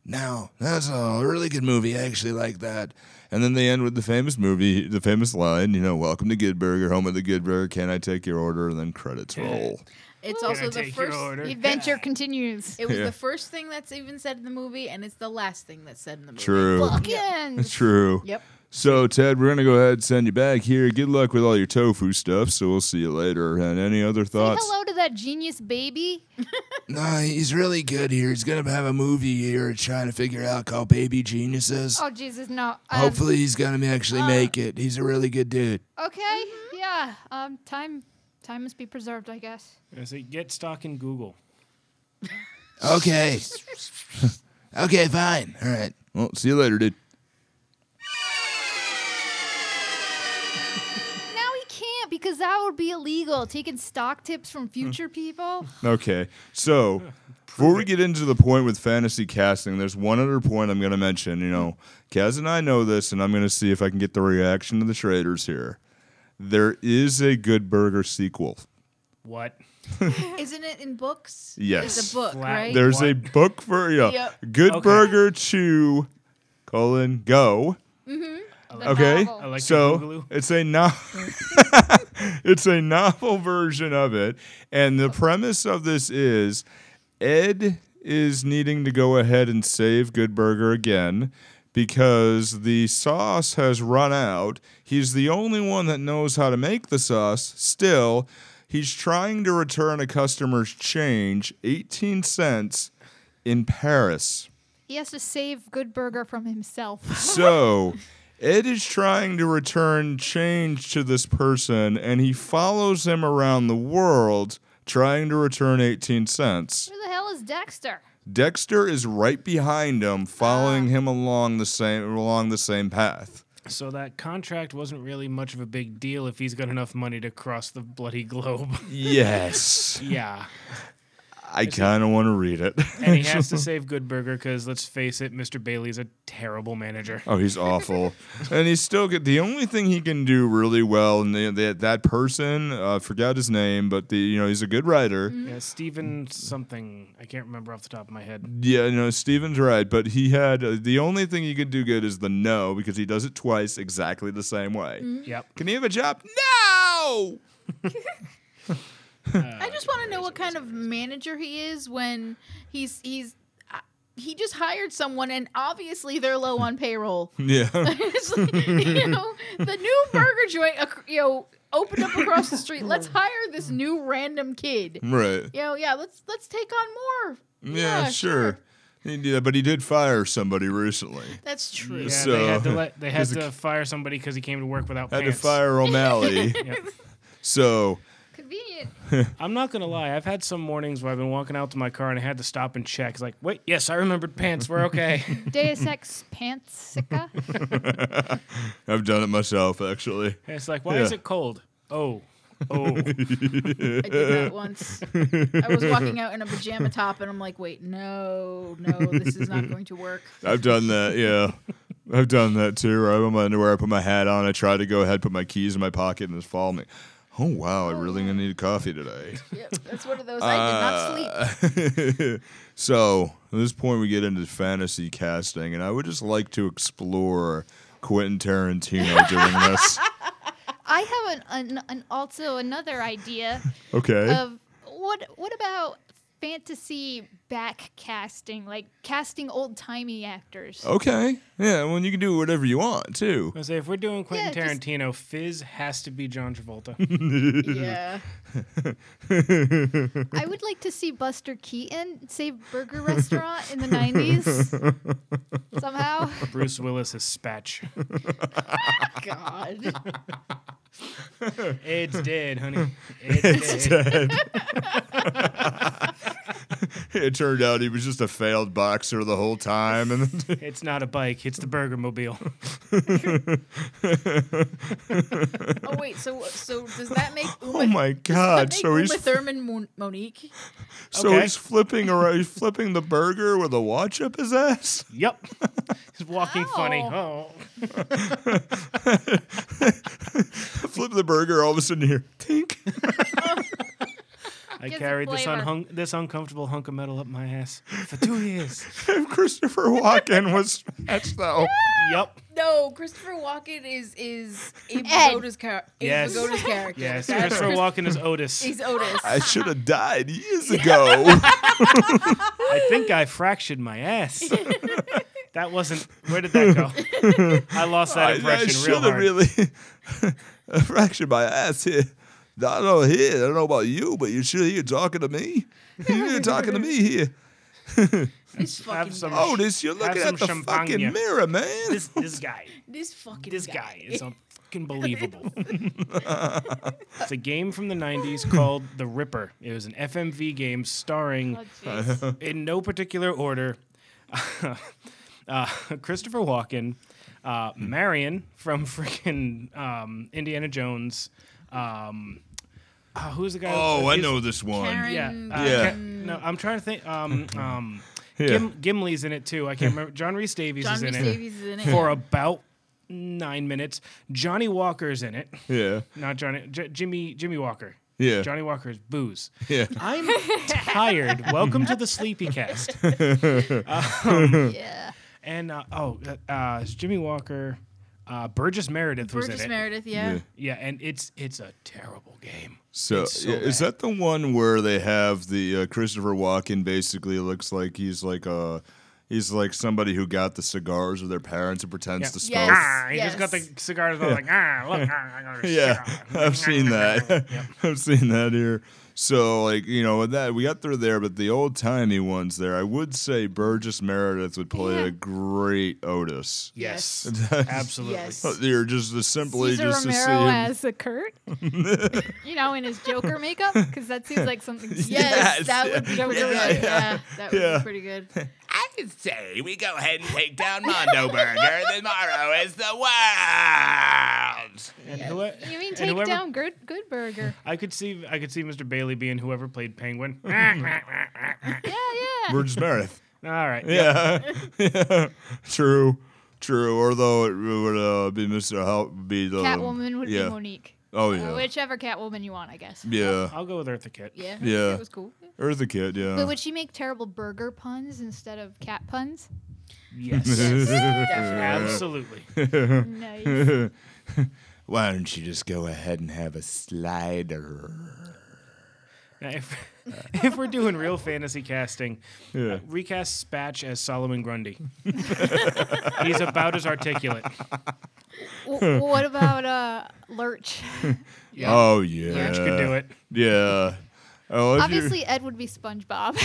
Now, that's a really good movie. I actually like that. And then they end with the famous movie, the famous line, you know, welcome to Good Burger, home of the Good Burger. Can I take your order? And then credits roll. It's Can also I the take your first. order? The adventure continues. It was Yeah. the first thing that's even said in the movie, and it's the last thing that's said in the movie. True. Fucking True. Yep. So, Ted, we're going to go ahead and send you back here. Good luck with all your tofu stuff. So, we'll see you later. And any other Say thoughts? hello to that genius baby. No, he's really good here. He's gonna have a movie here trying to figure out called Baby Geniuses. Oh Jesus, no. Um, Mm-hmm. Hopefully, he's gonna actually make it. He's a really good dude. Okay. Yeah. Um. Time Time must be preserved, I guess. I say, get stock in Google. Okay. okay, fine. All right. Well, see you later, dude. Now he can't because that would be illegal. Taking stock tips from Mm. future people. Okay. So before we get into the point with fantasy casting, there's one other point I'm going to mention. You know, Kaz and I know this, and I'm going to see if I can get the reaction of the traders here. There is a Good Burger sequel. What? Isn't it in books? Yes. It's a book, Flat. right? There's a What? book for yeah. Yep. Good Okay. Burger Chew, colon go. Okay, novel. I like the so boogaloo. it's a no- it's a novel version of it, and the premise of this is Ed is needing to go ahead and save Good Burger again because the sauce has run out. He's the only one that knows how to make the sauce. Still, he's trying to return a customer's change, eighteen cents, in Paris. He has to save Good Burger from himself. So Ed is trying to return change to this person, and he follows him around the world trying to return 18 cents. Where the hell is Dexter? Dexter is right behind him, following him along the same along the same path. So that contract wasn't really much of a big deal if he's got enough money to cross the bloody globe. Yes. yeah. I kind of want to read it. And he has to save Good Burger because let's face it, Mr. Bailey's a terrible manager. Oh, he's awful, and he's still good. The only thing he can do really well, and the, the, that person, uh, forgot his name, but the you know he's a good writer. Yeah, Steven something. I can't remember off the top of my head. Yeah, no, Steven's right, but he had uh, the only thing he could do good is the no because he does it twice exactly the same way. Yep. Can he have a job? No. I just want to know what kind of manager he is when he's he's uh, he just hired someone and obviously they're low on payroll. Yeah. It's like, you know, the new burger joint, ac- you know, opened up across the street. Let's hire this new random kid. right. You know, yeah, let's let's take on more. Yeah, sure. He did- but he did fire somebody recently. That's true. Yeah, So- they had to let they had There's a to fire somebody because he came to work without Had pants. to fire O'Malley. So Convenient. I'm not gonna lie. I've had some mornings where I've been walking out to my car and I had to stop and check. It's like, wait, yes, I remembered pants. We're okay. Deus Ex Pantsica. I've done it myself, actually. And it's like, why is Yeah. it cold? Oh, oh. I did that once. I was walking out in a pajama top and I'm like, wait, no, no, this is not going to work. I've done that. Yeah. I've done that too. Right? I'm in my underwear. I put my hat on. I try to go ahead, put my keys in my pocket, and just follow me. Oh wow! I really gonna need coffee today. Yep, that's one of those. Uh, I did not sleep. so at this point we get into fantasy casting and i would just like to explore quentin tarantino doing this I have an, an, an also another idea okay of what what about fantasy back casting, like casting old timey actors. okay yeah well you can do whatever you want too I say if we're doing Quentin Yeah, just- Tarantino, Fizz has to be John Travolta. Yeah. I would like to see Buster Keaton save Burger Restaurant in the '90s somehow. Bruce Willis is Spatch. God. It's dead, honey. It's dead. it turned out he was just a failed boxer the whole time and then It's not a bike. It's the Burger Mobile. Oh wait, so so does that make? Uma, oh my god Does that make so Uma he's Thurman Mon- Monique. so Okay. he's flipping around he's flipping the burger with a watch up his ass Yep. He's walking funny. Oh. flip the burger all of a sudden you hear tink I Gives it carried this flavor. unhung this uncomfortable hunk of metal up my ass for two years. and christopher walken was snatched though yep. No, Christopher Walken is is Abe Ed. Vigoda's, char- Abe Yes. Vigoda's character. Yes. That's Christopher Chris- Walken is Otis. He's Otis. i should have died years ago I think I fractured my ass. that wasn't. Where did that go? I lost that impression real should have hard. really I fractured my ass here. I don't know here. I don't know about you, but you sure you're talking to me? You're talking to me here. This fucking Have some. guy. Oh, this you're looking Have at the some champagne. fucking mirror, man. This this guy. This fucking This guy is a fucking believable. it's a game from the 90s called The Ripper. It was an FMV game starring, in no particular order, uh, Christopher Walken, uh, Marion from freaking um, Indiana Jones. Um, uh, who's the guy? Oh, I he's- know this one. Karen- Yeah. Uh, Yeah. Ca- no, I'm trying to think. Um, um, Gim- Gimli's in it too. I can't remember. John Reese Davies John is Reese in Davies is in it it. for about nine minutes. Johnny Walker's in it. Yeah. Not Johnny. J- Jimmy. Jimmy Walker. Yeah. Johnny Walker's booze. Yeah. I'm tired. Welcome to the sleepy cast. Um, yeah. And uh, oh, uh, uh, it's Jimmy Walker, uh, Burgess Meredith was Burgess in it. Meredith, yeah. Yeah. Yeah, and it's it's a terrible game. So, It's so yeah, is bad. that the one where they have the uh, Christopher Walken basically looks like he's like a he's like somebody who got the cigars of their parents and pretends Yeah. to Yes. smoke. Ah, he just got the yes. cigars all like ah, look. ah, I got a Yeah, cigar. I've seen that. I've seen that here. So like you know with that we got through there, but the old timey ones there. I would say Burgess Meredith would play a great Otis. Yes, That's- absolutely. Yes. You're just the simply Cesar just to see Romero him. as a Kurt, you know, in his Joker makeup, because that seems like something. Yes, Yes, that yeah, would be pretty yeah, good. Yeah, that would yeah. be pretty good. I say we go ahead and take down Mondo Burger. Tomorrow is the world. And whoe- You mean and take whoever- down Good Good Burger? I could see I could see Mr. Bailey being whoever played Penguin. All Yeah, yeah. Burgess Meredith. right. Yeah. yeah. True. True. Although it would uh, be Mr. Help be the Catwoman would um, yeah. be Monique. Oh Uh, yeah. Whichever Catwoman you want, I guess. yeah. I'll go with Eartha Kitt. Yeah. Yeah. It was cool. Eartha Kid. Yeah. But would she make terrible burger puns instead of cat puns? Yes. Absolutely. Nice. Why don't you just go ahead and have a slider? Now, if, if we're doing real fantasy casting, Yeah. recast Spatch as Solomon Grundy. He's about as articulate. W- what about uh, Lurch? Oh yeah. Lurch could do it. Yeah. Oh, if you- Obviously, Ed would be SpongeBob.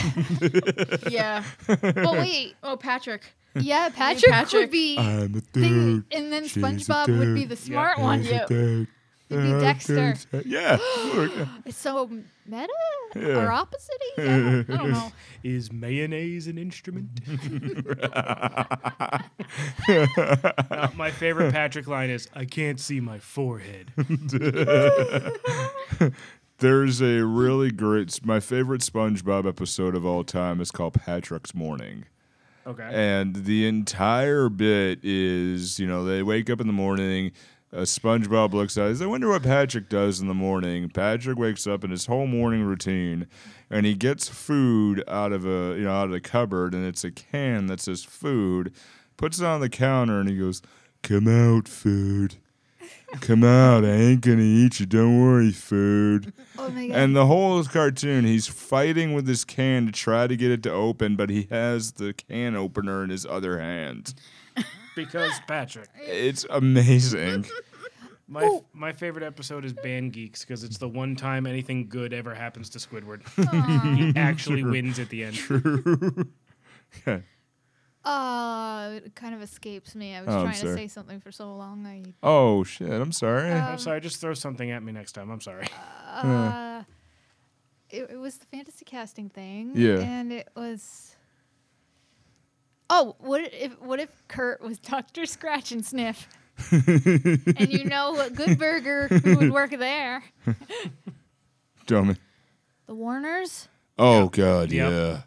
Yeah. but wait, Oh, Patrick. yeah, Patrick, Patrick. would be. I'm a Thing, and then SpongeBob would be the smart one. Yeah. dude. He'd Uh, be Dexter. yeah. Look. It's so meta Yeah. or opposite. I don't I don't know. Is mayonnaise an instrument? Uh, my favorite Patrick line is I can't see my forehead. There's a really great. My favorite SpongeBob episode of all time is called Patrick's Morning. Okay. And the entire bit is, you know, they wake up in the morning. Uh, SpongeBob looks out. he says, I wonder what Patrick does in the morning. Patrick wakes up in his whole morning routine, and he gets food out of a, you know, out of the cupboard, and it's a can that says food. Puts it on the counter, and he goes, "Come out, food. Come out. I ain't gonna eat you. Don't worry, food." Oh my god. And the whole cartoon, he's fighting with his can to try to get it to open, but he has the can opener in his other hand. Because Patrick. It's amazing. My, f- my favorite episode is Band Geeks because it's the one time anything good ever happens to Squidward. he actually wins at the end. Uh, it kind of escapes me. I was Oh, I'm trying to sorry. say something for so long. I Oh shit! I'm sorry. I'm sorry, just throw something at me next time. I'm sorry. uh, it, it was the fantasy casting thing. Yeah. and it was. Oh, what if what if Kurt was Doctor Scratch and Sniff? and you know what good burger who would work there? Dummy. The Warners? Oh god, Yep. yeah.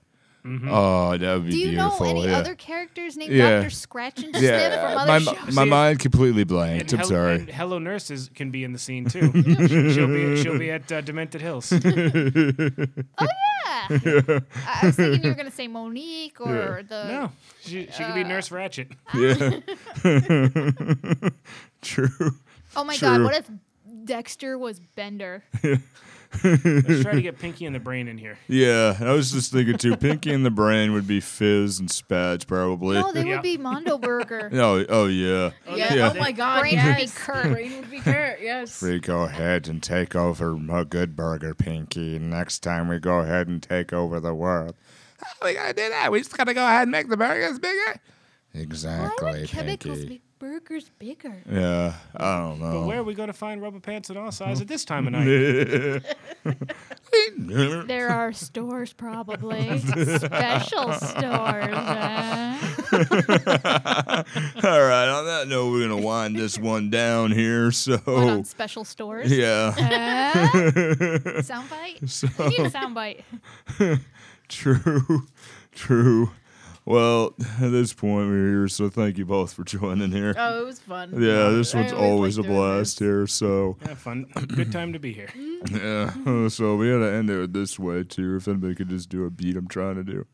Oh, that would be Mm-hmm. Do you beautiful. know any yeah. other characters named Yeah. Dr. Scratch and Sniff yeah, from other my, shows? my See- mind completely blanked. I'm Hel- and sorry. Hello Nurse is, can be in the scene too. she'll be she'll be at uh, Demented Hills. Yeah. I I was thinking you were going to say Monique or the. No, she, she could be Nurse Ratchet. Yeah. True. Oh my God, True. what if Dexter was Bender? Let's try to get Pinky and the Brain in here. Yeah, I was just thinking too. Pinky and the Brain would be Fizz and Spatch probably. No, Oh, they Yeah. would be Mondo Burger. oh, oh yeah. Yeah. Yeah. Oh my God. Brain would be yes. Kurt. Brain would be Kurt. Yes. We go ahead and take over a good burger, Pinky. Next time we go ahead and take over the world. Oh, We gotta do that. We just gotta go ahead and make the burgers bigger. Why Exactly, would chemicals be burgers bigger. Yeah, I don't know. But where are we going to find rubber pants in all sizes at this time of night? There are stores, probably. Special stores. uh. All right, on that note, we're gonna wind this one down here. Went on So special stores. Oh. yeah, Uh, soundbite? We need a soundbite. true, true. Well, at this point we're here, so thank you both for joining here. Oh, it was fun. Yeah, this I one's always always a like doing blast here. So yeah, fun. Good time to be here. yeah, so we gotta end it this way too. If anybody could just do a beat, I'm trying to do.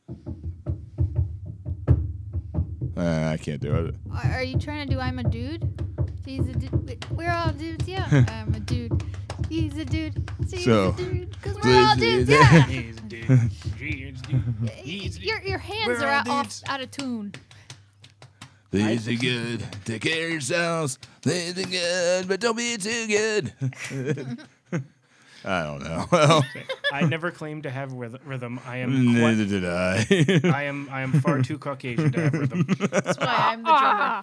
Ah, I can't do it. Are are you trying to do I'm a dude? He's a dude. We're all dudes, yeah. I'm a dude. He's a dude. She's So, a dude. Because we're all dudes, yeah. Jeez, dude. Jeez, dude. Jeez, Your, your hands We're are all out, off, dudes. out of tune. These are good. Take care of yourselves. These are good, but don't be too good. I don't know. Well, I never claimed to have ryth- rhythm. I am neither quite, did I. I am I am far too Caucasian to have rhythm. That's why I'm the drummer.